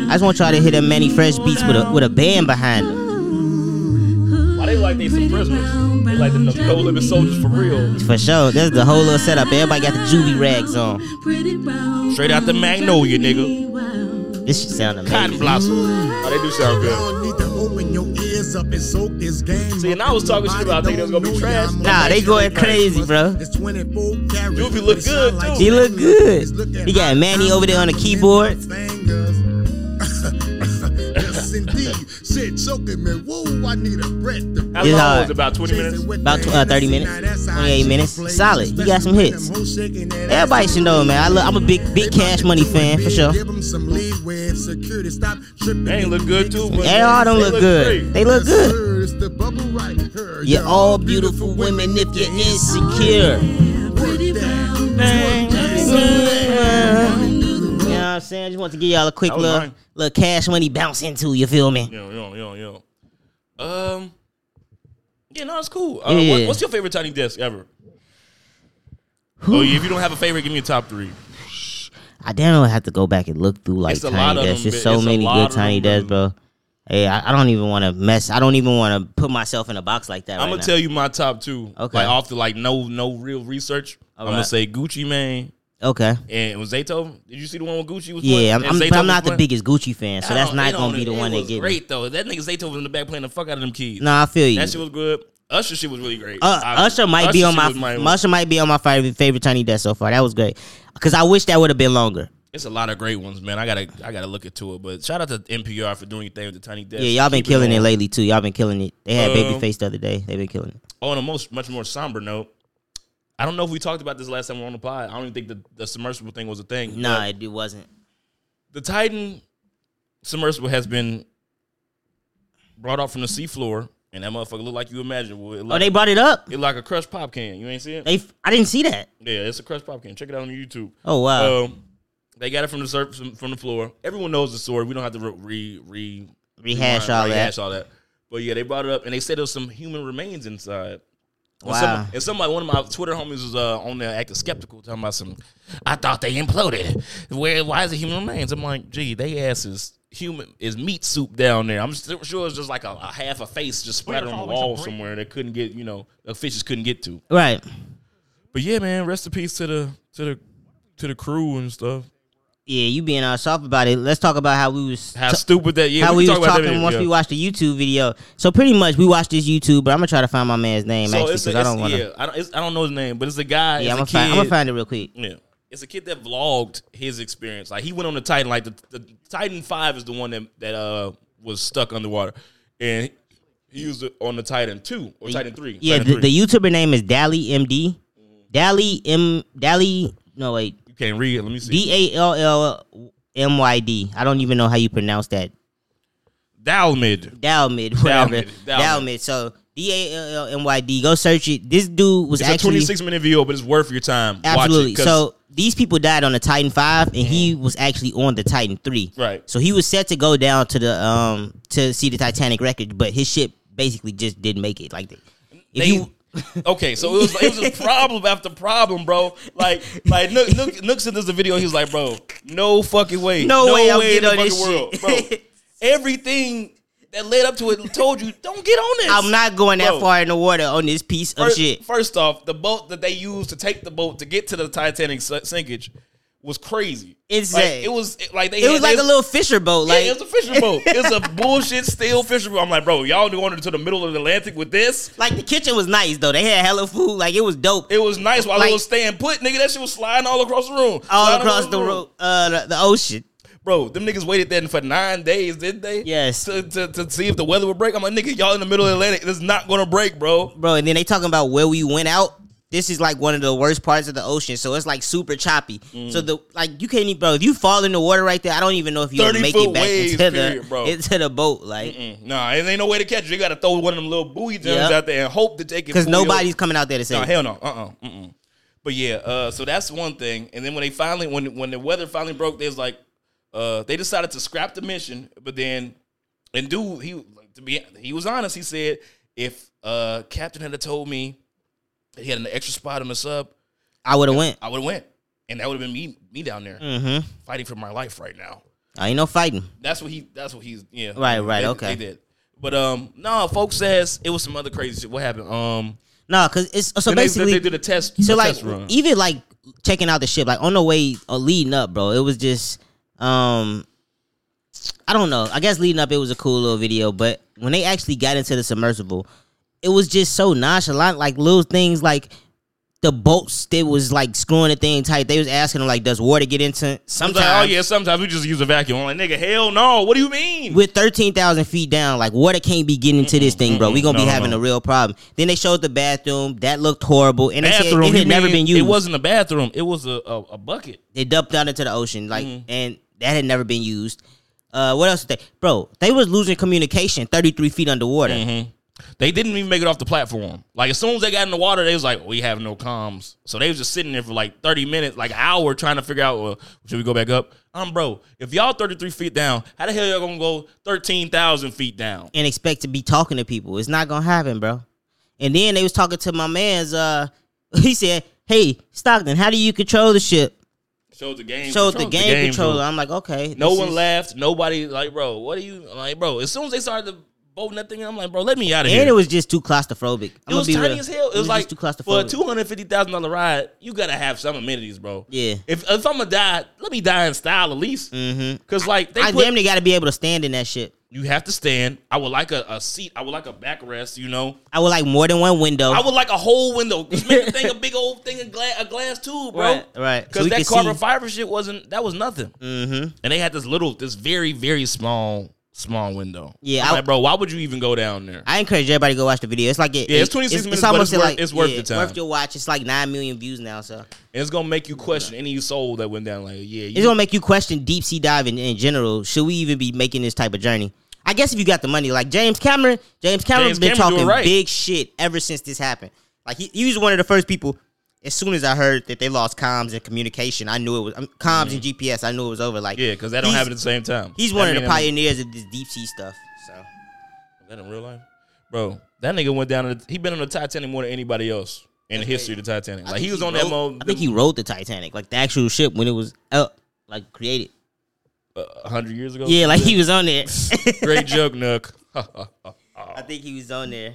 Speaker 2: I just want y'all to hit a many fresh beats with a with a band behind them.
Speaker 1: Why they like they some prisoners? They like the no limit soldiers for real.
Speaker 2: For sure. That's the whole little setup. Everybody got the juvie rags on.
Speaker 1: Straight out the Magnolia, nigga.
Speaker 2: This shit sound amazing.
Speaker 1: Cotton Blossom. Oh, they do sound good.
Speaker 8: Y'all need to open your ears up and soak this game.
Speaker 1: See, and I was talking shit about I think they was gonna be trash.
Speaker 2: Nah, they going crazy, bro.
Speaker 8: It's 24 carats.
Speaker 1: Doobie look good, too.
Speaker 2: He look good. He got Manny over there on the keyboard.
Speaker 8: yes, indeed. Shit, choking me. Woo, I need a breath. to
Speaker 1: How
Speaker 2: It's
Speaker 1: long
Speaker 2: hard.
Speaker 1: was it? About twenty minutes.
Speaker 2: About tw- uh, 30 minutes, 28 minutes. Solid. You got some hits. Everybody should know, man. I love, I'm a big, big Cash Money fan for sure.
Speaker 8: Give 'em some leeway. Security stop tripping.
Speaker 1: They ain't look good too. but
Speaker 2: They all don't
Speaker 1: they
Speaker 2: look good.
Speaker 1: great.
Speaker 2: They look good.
Speaker 8: Sir, it's the bubble right here.
Speaker 2: You're all beautiful women if you're insecure.
Speaker 8: Work that.
Speaker 2: You know what I'm saying? I just want to give y'all a quick
Speaker 1: That was
Speaker 2: little,
Speaker 1: mine.
Speaker 2: little cash money bounce into, you feel me?
Speaker 1: Yo, yo, yo, yo. Um. Yeah, no, it's cool. Uh, what-
Speaker 2: Yeah.
Speaker 1: what's your favorite tiny desk ever? Oh, yeah, if you don't have a favorite, give me a top three.
Speaker 2: I damn I have to go back and look through like
Speaker 1: It's a lot
Speaker 2: tiny
Speaker 1: of
Speaker 2: desks.
Speaker 1: them,
Speaker 2: There's
Speaker 1: bi-
Speaker 2: so
Speaker 1: it's a
Speaker 2: many
Speaker 1: lot
Speaker 2: good
Speaker 1: of
Speaker 2: tiny
Speaker 1: them,
Speaker 2: desks, bro. Hey, I, I don't even want to mess. I don't even want to put myself in a box like that.
Speaker 1: I'm
Speaker 2: right
Speaker 1: gonna
Speaker 2: now.
Speaker 1: tell you my top two.
Speaker 2: Okay.
Speaker 1: Like off the like no no real research.
Speaker 2: All
Speaker 1: I'm gonna
Speaker 2: right.
Speaker 1: say Gucci Mane
Speaker 2: Okay.
Speaker 1: and it was Zaytoven. Did you see the one with Gucci? Was
Speaker 2: Yeah, I'm,
Speaker 1: playing?
Speaker 2: I'm,
Speaker 1: And
Speaker 2: but
Speaker 1: Zaytoven
Speaker 2: I'm not
Speaker 1: was playing?
Speaker 2: the biggest Gucci fan, so
Speaker 1: I
Speaker 2: that's
Speaker 1: don't-
Speaker 2: not
Speaker 1: it
Speaker 2: gonna
Speaker 1: don't-
Speaker 2: be the
Speaker 1: it
Speaker 2: one that
Speaker 1: was
Speaker 2: get. me.
Speaker 1: Great though. That nigga Zaytoven in the back playing the fuck out of them kids.
Speaker 2: Nah, I feel you.
Speaker 1: That shit was good. Usher shit was really great.
Speaker 2: Uh,
Speaker 1: I-
Speaker 2: Usher might be
Speaker 1: Usher
Speaker 2: on
Speaker 1: shit
Speaker 2: my,
Speaker 1: was
Speaker 2: Usher might be on my favorite favorite Tiny Desk so far. That was great because I wish that would have been longer.
Speaker 1: It's a lot of great ones, man. I gotta I gotta look into it. But shout out to NPR for doing your thing with the tiny desk.
Speaker 2: Yeah, y'all been
Speaker 1: Keep
Speaker 2: killing it
Speaker 1: on.
Speaker 2: lately too. Y'all been killing it. They had
Speaker 1: Uh,
Speaker 2: Babyface the other day. They been killing it.
Speaker 1: On Oh, a most much more somber note, I don't know if we talked about this last time we were on the pod. I don't even think the, the submersible thing was a thing.
Speaker 2: Nah,
Speaker 1: but
Speaker 2: it, it wasn't.
Speaker 1: the Titan submersible has been brought up from the seafloor, and that motherfucker look like you imagine. would. It
Speaker 2: Oh,
Speaker 1: like,
Speaker 2: they brought it up.
Speaker 1: it like a crushed pop can. You ain't see it?
Speaker 2: They f- I didn't see that.
Speaker 1: yeah, it's a crushed pop can. Check it out on YouTube.
Speaker 2: Oh wow.
Speaker 1: Um, they got it from the surf, from from the floor. Everyone knows the story. We don't have to re re
Speaker 2: Rehash
Speaker 1: rewind-
Speaker 2: all
Speaker 1: rehash
Speaker 2: that.
Speaker 1: all that. But yeah, they brought it up and they said there was some human remains inside. And
Speaker 2: Wow.
Speaker 1: some- and somebody, one of my Twitter homies was uh, on there acting skeptical, talking about some. I thought they imploded. Where? Why is it human remains? I'm like, gee, they ass is human is meat soup down there. I'm still sure it's just like a, a half a face just splattered on the wall somewhere that couldn't get you know the fishes couldn't get to.
Speaker 2: Right.
Speaker 1: But yeah, man, rest in peace to the to the to the crew and stuff.
Speaker 2: Yeah, you being all soft about it. Let's talk about how we was
Speaker 1: How
Speaker 2: t-
Speaker 1: stupid that yeah.
Speaker 2: how we,
Speaker 1: can talk
Speaker 2: was
Speaker 1: about that
Speaker 2: talking
Speaker 1: video,
Speaker 2: once
Speaker 1: yeah.
Speaker 2: we watched the YouTube video. So pretty much we watched this YouTube, but I'm gonna try to find my man's name
Speaker 1: So
Speaker 2: actually
Speaker 1: it's, a,
Speaker 2: because I
Speaker 1: it's-
Speaker 2: don't want to.
Speaker 1: yeah, I don't, it's, I don't know his name, but it's a guy.
Speaker 2: Yeah, I'm
Speaker 1: it's a
Speaker 2: gonna find. I'm
Speaker 1: kid.
Speaker 2: gonna find it real quick.
Speaker 1: Yeah. It's a kid that vlogged his experience. Like he went on the Titan. Like the, the Titan Five is the one that that uh was stuck underwater, and he was on the Titan Two or Titan Three.
Speaker 2: Yeah,
Speaker 1: Titan
Speaker 2: the,
Speaker 1: three.
Speaker 2: the YouTuber name is Dally MD. Dally M. Dally. No wait.
Speaker 1: you can't read. it. Let me see.
Speaker 2: D A L L M Y D. I don't even know how you pronounce that.
Speaker 1: Dalmid.
Speaker 2: Dalmid, whatever.
Speaker 1: Dalmid, Dalmid.
Speaker 2: Dalmid. So D A L L M Y D. Go search it. This dude was
Speaker 1: It's a
Speaker 2: actually
Speaker 1: 26 minute video, but it's worth your time. Watch
Speaker 2: absolutely.
Speaker 1: it, 'cause
Speaker 2: so these people died on the Titan Five, and he was actually on the Titan Three.
Speaker 1: Right.
Speaker 2: So he was set to go down to the um to see the Titanic record, but his ship basically just didn't make it. Like, if
Speaker 1: They-
Speaker 2: you
Speaker 1: okay, so it was it was just problem after problem, bro. Like like Nook, Nook, Nook sent us a video. He was like, bro, no fucking way,
Speaker 2: No way I'm
Speaker 1: in
Speaker 2: getting
Speaker 1: the
Speaker 2: on
Speaker 1: fucking
Speaker 2: this shit.
Speaker 1: bro. Everything that led up to it told you don't get on this.
Speaker 2: I'm not going that
Speaker 1: Bro.
Speaker 2: far in the water on this piece of
Speaker 1: First,
Speaker 2: shit.
Speaker 1: first off, the boat that they used to take the boat to get to the Titanic si- sinkage was crazy.
Speaker 2: Insane.
Speaker 1: Like, it was it- like they.
Speaker 2: It was like a
Speaker 1: this-
Speaker 2: little fisher boat.
Speaker 1: Yeah,
Speaker 2: Like
Speaker 1: it was a fishing boat. It's a bullshit steel fishing boat. I'm like, bro, y'all going into the middle of the Atlantic with this?
Speaker 2: Like the kitchen was nice though. They had hella food. Like it was dope.
Speaker 1: It was nice while
Speaker 2: Like-
Speaker 1: it was staying put, nigga. That shit was sliding all across the room,
Speaker 2: all
Speaker 1: Sliding
Speaker 2: across the room, uh, the, the ocean.
Speaker 1: Bro, them niggas waited then for nine days, didn't they?
Speaker 2: Yes.
Speaker 1: To, to, to see if the weather would break. I'm like, nigga, y'all in the middle of Atlantic. It's not gonna break, bro.
Speaker 2: bro. And then they talking about where we went out. This is like one of the worst parts of the ocean, so it's like super choppy.
Speaker 1: Mm.
Speaker 2: So the like you can't even, bro. If you fall in the water right there, I don't even know if you'll
Speaker 1: 30
Speaker 2: make
Speaker 1: foot
Speaker 2: it back
Speaker 1: waves,
Speaker 2: into the
Speaker 1: period, bro.
Speaker 2: into the boat, like
Speaker 1: Mm, Nah, it ain't no way to catch it. You gotta throw one of them little buoy jumps
Speaker 2: Yep.
Speaker 1: out there and hope that they can.
Speaker 2: because
Speaker 1: pull your-
Speaker 2: nobody's coming out there to
Speaker 1: No,
Speaker 2: save.
Speaker 1: hell no. Uh uh-uh, uh. But yeah, uh, so that's one thing. And then when they finally, when when the weather finally broke, they was like, uh, they decided to scrap the mission. But then, and dude, he like, to be he was honest. He said if uh, Captain had told me that he had an extra spot on the sub,
Speaker 2: I would have went.
Speaker 1: I would have went, and that would have been me me down there
Speaker 2: Mm-hmm.
Speaker 1: fighting for my life right now.
Speaker 2: I ain't no fighting.
Speaker 1: That's what he. That's what he's. Yeah.
Speaker 2: Right, right,
Speaker 1: They-
Speaker 2: okay.
Speaker 1: They did. But um, no, folks says it was some other crazy shit. What happened? Um,
Speaker 2: No, because it's so
Speaker 1: then they-
Speaker 2: basically.
Speaker 1: they, did a test.
Speaker 2: so
Speaker 1: a
Speaker 2: like
Speaker 1: test run.
Speaker 2: even like checking out the ship, like on the way uh, leading up, bro. It was just um I don't know. I guess leading up it was a cool little video, but when they actually got into the submersible, it was just so nonchalant, like little things like the bolts they was like screwing the thing tight. They was asking them like, does water get into
Speaker 1: I'm
Speaker 2: sometimes
Speaker 1: like, oh yeah, sometimes we just use a vacuum. I'm like, nigga, hell no. What do you mean?
Speaker 2: we're 13,000 feet down. Like, water can't be getting into this thing, bro. we going to
Speaker 1: No,
Speaker 2: be
Speaker 1: no,
Speaker 2: having
Speaker 1: no.
Speaker 2: a real problem. Then they showed the bathroom. That looked horrible. And they
Speaker 1: bathroom?
Speaker 2: said it
Speaker 1: you
Speaker 2: had never
Speaker 1: mean
Speaker 2: been used.
Speaker 1: It wasn't a bathroom. It was a a, a bucket.
Speaker 2: They dumped out into the ocean, like,
Speaker 1: Mm-hmm.
Speaker 2: and that had never been used. Uh, what else did they, bro? They was losing communication, thirty three feet underwater.
Speaker 1: Mm-hmm. They didn't even make it off the platform. Like as soon as they got in the water, they was like, we have no comms. So they was just sitting there for like 30 minutes, like an hour, trying to figure out, well, should we go back up? Um, bro, if y'all 33 feet down, how the hell y'all gonna go 13,000 feet down?
Speaker 2: And expect to be talking to people. It's not gonna happen, bro. And then they was talking to my man's. Uh, he said, "Hey, Stockton, how do you control the ship?"
Speaker 1: Showed the game.
Speaker 2: Showed the
Speaker 1: controls,
Speaker 2: game, controller.
Speaker 1: controls.
Speaker 2: I'm like, okay.
Speaker 1: No
Speaker 2: this
Speaker 1: one
Speaker 2: is-
Speaker 1: laughed. Nobody like, bro, what are you like, bro? As soon as they started the boat and that thing, I'm like, bro, let me out of here.
Speaker 2: And it was just too claustrophobic. I'm
Speaker 1: It
Speaker 2: gonna
Speaker 1: was
Speaker 2: be
Speaker 1: tiny
Speaker 2: real.
Speaker 1: as hell. It was,
Speaker 2: just
Speaker 1: like
Speaker 2: too
Speaker 1: for a
Speaker 2: claustrophobic.
Speaker 1: two hundred fifty thousand dollar ride, you gotta have some amenities, bro.
Speaker 2: Yeah.
Speaker 1: If if I'm gonna die, let me die in style at least. Mm-hmm. Cause like they
Speaker 2: I
Speaker 1: put,
Speaker 2: damn near got to be able to stand in that shit.
Speaker 1: you have to stand. I would like a, a seat. I would like a backrest. You know.
Speaker 2: I would like more than one window.
Speaker 1: I would like a whole window. Just make the thing a big old thing of glass, a glass tube, bro.
Speaker 2: Right, right.
Speaker 1: Because
Speaker 2: So we
Speaker 1: that
Speaker 2: could
Speaker 1: carbon
Speaker 2: see.
Speaker 1: fiber shit wasn't. That was nothing.
Speaker 2: mm-hmm.
Speaker 1: And they had this little, this very, very small, small window.
Speaker 2: Yeah,
Speaker 1: I'm
Speaker 2: I-
Speaker 1: like, bro, why would you even go down there?
Speaker 2: I encourage everybody to go watch the video. It's like it,
Speaker 1: Yeah, it's
Speaker 2: it-
Speaker 1: 26 minutes, but it's worth- it's worth the time.
Speaker 2: Worth your watch. It's like nine million views now, so
Speaker 1: And it's gonna make you question any soul that went down. Like, yeah, you,
Speaker 2: it's gonna make you question deep sea diving in general. Should we even be making this type of journey? I guess if you got the money, like James Cameron, James
Speaker 1: James
Speaker 2: Cameron's been
Speaker 1: Cameron doing
Speaker 2: talking
Speaker 1: right.
Speaker 2: big shit ever since this happened. Like he, he was one of the first people. As soon as I heard that they lost comms and communication, I knew it was um, comms and GPS. I knew it was over. Like
Speaker 1: Mm-hmm. Yeah, because that don't
Speaker 2: he's-
Speaker 1: happen at the same time.
Speaker 2: He's
Speaker 1: That
Speaker 2: one of
Speaker 1: mean-
Speaker 2: the pioneers of this deep sea stuff. So
Speaker 1: That in real life, bro. That nigga went down. To the, he been on the Titanic more than anybody else in the history of the Titanic. Like he was on that
Speaker 2: Wrote-
Speaker 1: mode.
Speaker 2: I think he rode the Titanic, like the actual ship when it was up, like created.
Speaker 1: hundred years ago.
Speaker 2: Yeah, like he was on there.
Speaker 1: great joke, Nook. Oh.
Speaker 2: I think he was on there.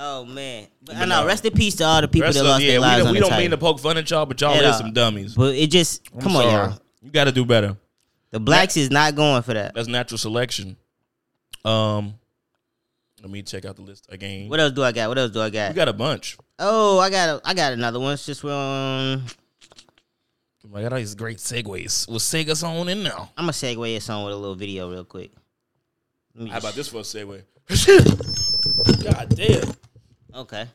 Speaker 2: Oh man, but I know. Rest in peace to all the people
Speaker 1: Rest
Speaker 2: that
Speaker 1: of-
Speaker 2: lost
Speaker 1: yeah,
Speaker 2: their
Speaker 1: we
Speaker 2: lives
Speaker 1: don't,
Speaker 2: on
Speaker 1: we
Speaker 2: the
Speaker 1: don't mean to
Speaker 2: Titanic.
Speaker 1: poke fun at y'all, but y'all
Speaker 2: At
Speaker 1: is
Speaker 2: all.
Speaker 1: some dummies.
Speaker 2: But it just
Speaker 1: I'm
Speaker 2: come on,
Speaker 1: sorry.
Speaker 2: y'all.
Speaker 1: You got to do better.
Speaker 2: The blacks is not going for that.
Speaker 1: That's natural selection. Um, let me check out the list again.
Speaker 2: What else do I got? What else do I
Speaker 1: We
Speaker 2: got?
Speaker 1: got a bunch.
Speaker 2: Oh, I got a, I got another one. It's just um,
Speaker 1: Oh my God, all these great segues. We'll seg us on in now.
Speaker 2: I'm gonna segue this on with a little video real quick. Let me
Speaker 1: How about
Speaker 2: just-
Speaker 1: this for a segue? God damn.
Speaker 2: Okay.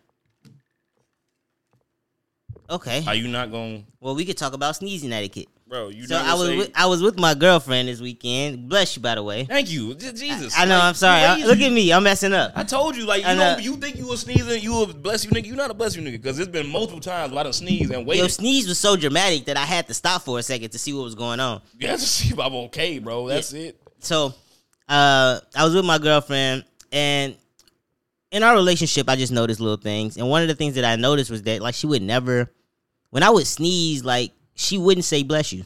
Speaker 2: Okay.
Speaker 1: Are you not going,
Speaker 2: Well, we could talk about sneezing etiquette.
Speaker 1: bro? You
Speaker 2: So
Speaker 1: not
Speaker 2: I
Speaker 1: gonna
Speaker 2: was
Speaker 1: say-
Speaker 2: with, I was with my girlfriend this weekend. Bless you, by the way.
Speaker 1: Thank you, J- Jesus.
Speaker 2: I know.
Speaker 1: Like,
Speaker 2: I'm sorry.
Speaker 1: you
Speaker 2: I-
Speaker 1: lazy.
Speaker 2: look at me. I'm messing up.
Speaker 1: I told you, like
Speaker 2: I
Speaker 1: you know,
Speaker 2: know.
Speaker 1: you think you was sneezing, you a bless you nigga. You not a bless you nigga because it's been multiple times where I done sneeze and
Speaker 2: Your
Speaker 1: waited.
Speaker 2: sneeze was so dramatic that I had to stop for a second to see what was going on.
Speaker 1: You have to see if I'm okay, bro. That's it.
Speaker 2: So, uh, I was with my girlfriend, and in our relationship, I just noticed little things. And one of the things that I noticed was that, like, she would never, when I would sneeze, like, she wouldn't say "bless you,"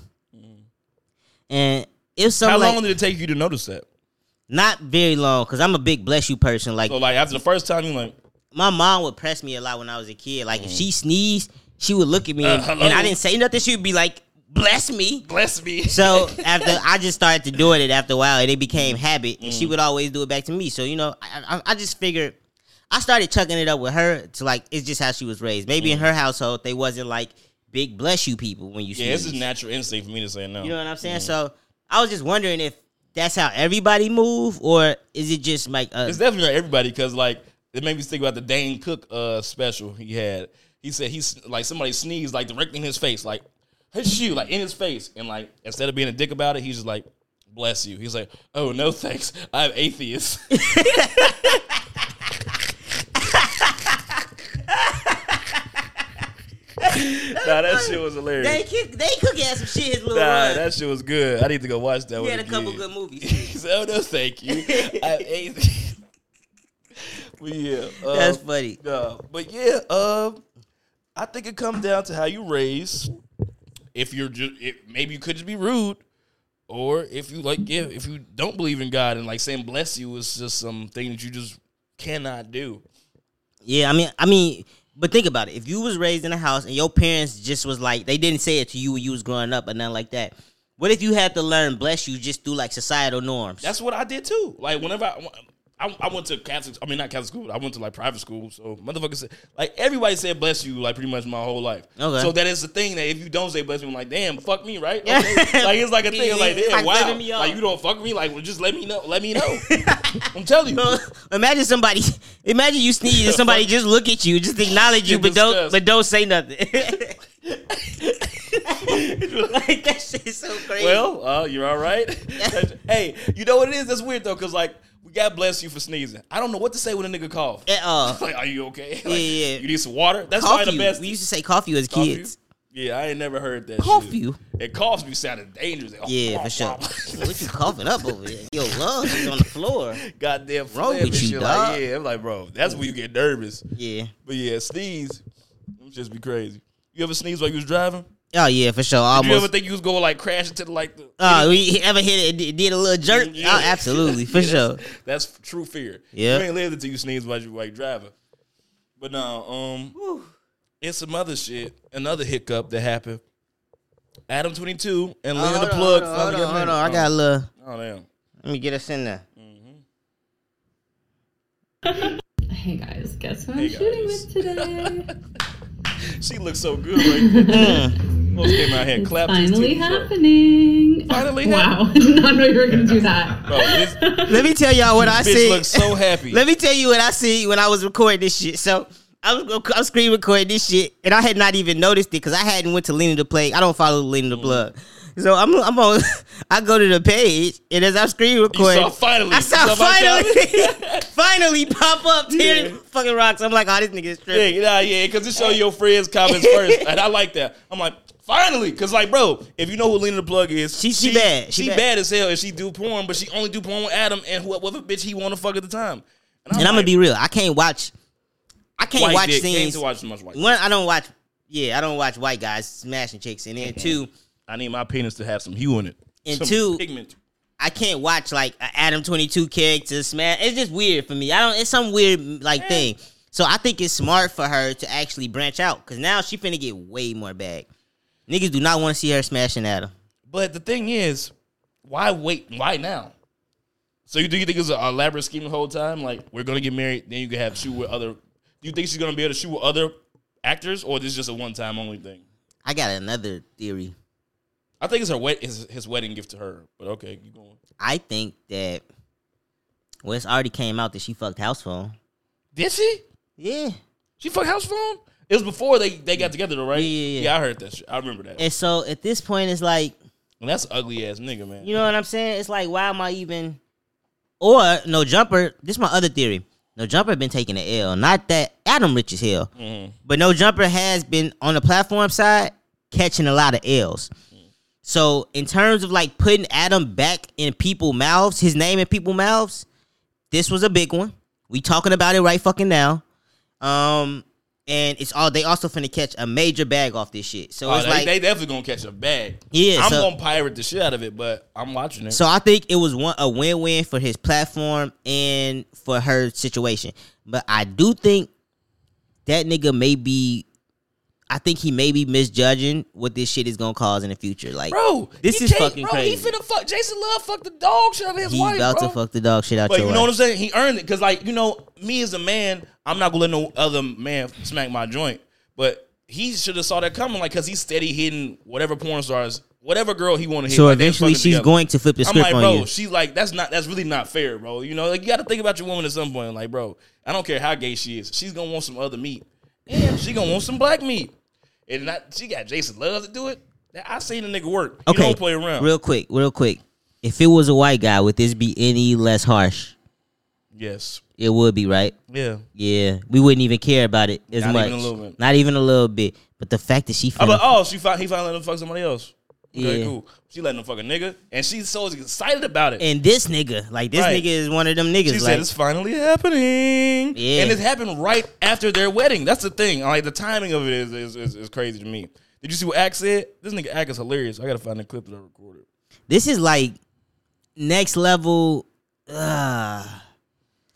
Speaker 2: and it was
Speaker 1: Mm. How
Speaker 2: something
Speaker 1: long
Speaker 2: like,
Speaker 1: did it take you to notice that?
Speaker 2: not very long because I'm a big "bless you" person. Like,
Speaker 1: So like after the first time, you like,
Speaker 2: my mom would press me a lot when I was a kid. Like if she sneezed, she would look at me,
Speaker 1: Uh,
Speaker 2: and,
Speaker 1: hello?
Speaker 2: and I didn't say nothing. She would be like, "Bless me."
Speaker 1: bless me.
Speaker 2: So after I just started to doing it after a while, and it became habit, and she would always do it back to me. So you know, I, I, I just figured I started chucking it up with her to like it's just how she was raised. Maybe in her household they wasn't like big bless you people when you
Speaker 1: yeah, it's
Speaker 2: sneeze.
Speaker 1: just natural instinct for me to say no.
Speaker 2: You know what I'm saying? So I was just wondering if that's how everybody move, or is it just like uh,
Speaker 1: It's definitely not everybody because like it made me think about the Dane Cook uh, special he had. He said he's like somebody sneezed like directly in his face, like his shoe, like in his face, and like instead of being a dick about it, he's just like, "Bless you." He's like, "Oh no, thanks. I'm atheist." nah, that shit was hilarious.
Speaker 2: they cook, they cook had some shit his little
Speaker 1: Nah,
Speaker 2: run.
Speaker 1: that shit was good. I need to go watch that.
Speaker 2: He
Speaker 1: with
Speaker 2: had a
Speaker 1: the
Speaker 2: couple
Speaker 1: kid.
Speaker 2: good movies.
Speaker 1: He said, oh no, thank you. I'm atheist. but yeah, uh,
Speaker 2: That's funny.
Speaker 1: uh, but yeah, uh, I think it comes down to how you raise. If you're just, it, maybe you could just be rude, or if you like, yeah, if you don't believe in God and like saying bless you is just something that you just cannot do.
Speaker 2: Yeah, I mean, I mean, but think about it. If you was raised in a house and your parents just was like they didn't say it to you when you was growing up or nothing like that. What if you had to learn bless you just through like societal norms?
Speaker 1: That's what I did too. Like whenever I, I, I went to Catholic, I mean not Catholic school, but I went to like private school. So motherfuckers, said, like everybody said bless you, like pretty much my whole life.
Speaker 2: Okay.
Speaker 1: So that is the thing that if you don't say bless you, I'm like damn, fuck me, right? Okay. like it's like a thing, like
Speaker 2: It's
Speaker 1: damn,
Speaker 2: like
Speaker 1: wow,
Speaker 2: living me up.
Speaker 1: like you don't fuck me, like well, just let me know, let me know. I'm telling you.
Speaker 2: So, imagine somebody, imagine you sneeze and somebody just look at you, just acknowledge you,
Speaker 1: Get
Speaker 2: but don't,
Speaker 1: disgust.
Speaker 2: but don't say nothing. like that shit's so crazy.
Speaker 1: Well, uh, you're all right. hey, you know what it is? That's weird though, because like we got bless you for sneezing. I don't know what to say when a nigga cough.
Speaker 2: At all.
Speaker 1: like, are you okay? Like,
Speaker 2: Yeah, yeah.
Speaker 1: You need some water? That's
Speaker 2: Cough
Speaker 1: probably the
Speaker 2: you.
Speaker 1: best.
Speaker 2: We used to say cough you as
Speaker 1: Cough you?
Speaker 2: kids.
Speaker 1: Yeah, I ain't never heard that.
Speaker 2: Cough
Speaker 1: shit.
Speaker 2: you?
Speaker 1: It coughs me sounded dangerous. Like,
Speaker 2: Yeah, for sure. what you coughing up over there? Your lungs is on the floor.
Speaker 1: Goddamn
Speaker 2: Wrong
Speaker 1: phlegm
Speaker 2: with
Speaker 1: and
Speaker 2: you,
Speaker 1: shit.
Speaker 2: dog.
Speaker 1: Like, yeah, I'm like, bro, that's when you get nervous.
Speaker 2: Yeah.
Speaker 1: But yeah, sneeze, them just be crazy. You ever sneeze while you was driving?
Speaker 2: Oh yeah, for sure.
Speaker 1: Did you ever
Speaker 2: Almost.
Speaker 1: think you was going like crash into the, like the?
Speaker 2: Oh, we ever hit it? Did, did a little jerk?
Speaker 1: Yeah.
Speaker 2: Oh, absolutely, for
Speaker 1: Yeah,
Speaker 2: sure.
Speaker 1: that's- That's, true fear.
Speaker 2: Yeah.
Speaker 1: you ain't lived until you sneeze while you while you driving. But now, um, it's some other shit, another hiccup that happened. Adam twenty two and Lynn the plug.
Speaker 2: Hold on,
Speaker 1: finally
Speaker 2: hold
Speaker 1: got
Speaker 2: on,
Speaker 1: married.
Speaker 2: hold on. I got a little.
Speaker 1: Oh damn.
Speaker 2: Let me get us in there.
Speaker 7: Hey guys, guess who I'm
Speaker 1: Hey,
Speaker 7: shooting
Speaker 1: guys.
Speaker 7: with today?
Speaker 1: She looks so good right there. Folks came out here and clapped. these
Speaker 7: Finally
Speaker 1: titties up.
Speaker 7: happening.
Speaker 1: Finally
Speaker 7: Wow, I did not know you were gonna do that.
Speaker 1: Bro, this
Speaker 2: Let me tell y'all what I
Speaker 1: Mm-hmm. bitch
Speaker 2: see.
Speaker 1: looks so happy.
Speaker 2: Let me tell you what I see when I was recording this shit. So I was I'm screen recording this shit, and I had not even noticed it because I hadn't went to Lena the Plague. I don't follow Lena
Speaker 1: Mm.
Speaker 2: the Plug. So I'm I'm on. I go to the page, and as I'm screen
Speaker 1: you
Speaker 2: recording,
Speaker 1: saw finally.
Speaker 2: I saw
Speaker 1: You my
Speaker 2: finally, finally pop up tearing
Speaker 1: Yeah.
Speaker 2: fucking rocks. I'm like, oh, this nigga is
Speaker 1: Yeah,
Speaker 2: tripping.
Speaker 1: yeah, yeah, because it show your friends' comments first, and I like that. I'm like, finally, because like, bro, if you know who Lena the Plug is,
Speaker 2: She- she bad. She
Speaker 1: she,
Speaker 2: bad.
Speaker 1: bad. as hell, and she do porn, but she only do porn with Adam and whoever bitch he want to fuck at the time.
Speaker 2: And I'm gonna be real. I can't watch. I can't
Speaker 1: white
Speaker 2: watch
Speaker 1: dick. Ain't
Speaker 2: things.
Speaker 1: to watch much white. dick.
Speaker 2: One, I don't watch. Yeah, I don't watch white guys smashing chicks. And then two,
Speaker 1: I need my penis to have some hue in it.
Speaker 2: And
Speaker 1: Some
Speaker 2: two-
Speaker 1: pigment.
Speaker 2: I can't watch like a Adam Twenty Two character smash. It's just weird for me. I don't. It's some weird like thing. So I think it's smart for her to actually branch out because now she finna get way more bag. Niggas do not want to see her smashing Adam.
Speaker 1: But the thing is, why wait? Why now? So you do you think it's an elaborate scheme the whole time? Like we're gonna get married, then you can have shoot with other. Do you think she's gonna be able to shoot with other actors, or this is just a one time only thing?
Speaker 2: I got another theory.
Speaker 1: I think it's her wed- his, his wedding gift to her. But okay, keep going.
Speaker 2: I think that well, it's already came out that she fucked house phone.
Speaker 1: Did she?
Speaker 2: Yeah.
Speaker 1: She fuck house phone? It was before they, they got together though, right?
Speaker 2: Yeah, yeah, yeah.
Speaker 1: I heard that. Shit. I remember that.
Speaker 2: And so at this point, it's like
Speaker 1: And that's ugly ass nigga, man.
Speaker 2: You know what I'm saying? It's like, why am I even? Or no jumper. This is my other theory. No jumper been taking the L. Not that Adam Rich is hell,
Speaker 1: Mm-hmm.
Speaker 2: but no jumper has been on the platform side catching a lot of L's.
Speaker 1: Mm-hmm.
Speaker 2: So in terms of like putting Adam back in people mouths, his name in people mouths, this was a big one. We talking about it right fucking now. Um, and it's all they also finna catch a major bag off this shit. So
Speaker 1: Oh,
Speaker 2: it's
Speaker 1: they,
Speaker 2: like
Speaker 1: they definitely gonna catch a bag.
Speaker 2: Yeah,
Speaker 1: I'm
Speaker 2: so-
Speaker 1: gonna pirate the shit out of it, but I'm watching it.
Speaker 2: So I think it was one a win win for his platform and for her situation. But I do think that nigga may be. I think he may be misjudging what this shit is gonna cause in the future. Like,
Speaker 1: bro,
Speaker 2: this
Speaker 1: he
Speaker 2: is
Speaker 1: can't-
Speaker 2: fucking
Speaker 1: bro,
Speaker 2: crazy.
Speaker 1: He finna fuck Jason Love. Fuck the dog shit out of his
Speaker 2: He
Speaker 1: wife,
Speaker 2: about
Speaker 1: bro.
Speaker 2: to fuck the dog shit out
Speaker 1: But
Speaker 2: your
Speaker 1: you know what I'm
Speaker 2: wife.
Speaker 1: saying? He earned it because, like, you know, me as a man, I'm not gonna let no other man smack my joint. But he should have saw that coming, like, because he's steady hitting whatever porn stars, whatever girl he wanted.
Speaker 2: So eventually she's going to flip the
Speaker 1: I'm
Speaker 2: script
Speaker 1: like,
Speaker 2: on
Speaker 1: bro,
Speaker 2: you.
Speaker 1: she's like, that's not, that's really not fair, bro. You know, like you got to think about your woman at some point. Like, bro, I don't care how gay she is, she's gonna want some other meat, and she gonna want some black meat, and not, she got Jason Love to do it. I seen the nigga work. He
Speaker 2: Okay,
Speaker 1: don't play around.
Speaker 2: Real quick, real quick. If it was a white guy, would this be any less harsh?
Speaker 1: Yes.
Speaker 2: It would be, right?
Speaker 1: Yeah.
Speaker 2: Yeah, we wouldn't even care about it as
Speaker 1: Not
Speaker 2: much.
Speaker 1: even a little bit.
Speaker 2: Not even a little bit. But the fact that she
Speaker 1: I'm
Speaker 2: found,
Speaker 1: like, oh, she found, he finally let him fuck somebody else. Okay,
Speaker 2: Yeah.
Speaker 1: cool. She letting him fuck a nigga, and she's so excited about it.
Speaker 2: and this nigga, like this
Speaker 1: Right.
Speaker 2: nigga, is one of them niggas.
Speaker 1: She
Speaker 2: like,
Speaker 1: said it's finally happening.
Speaker 2: Yeah.
Speaker 1: And it happened right after their wedding. That's the thing. Like the timing of it is is, is, is crazy to me. Did you see what Axe said? This nigga Axe is hilarious. I gotta find the clip that I recorded.
Speaker 2: this is like next level. Uh,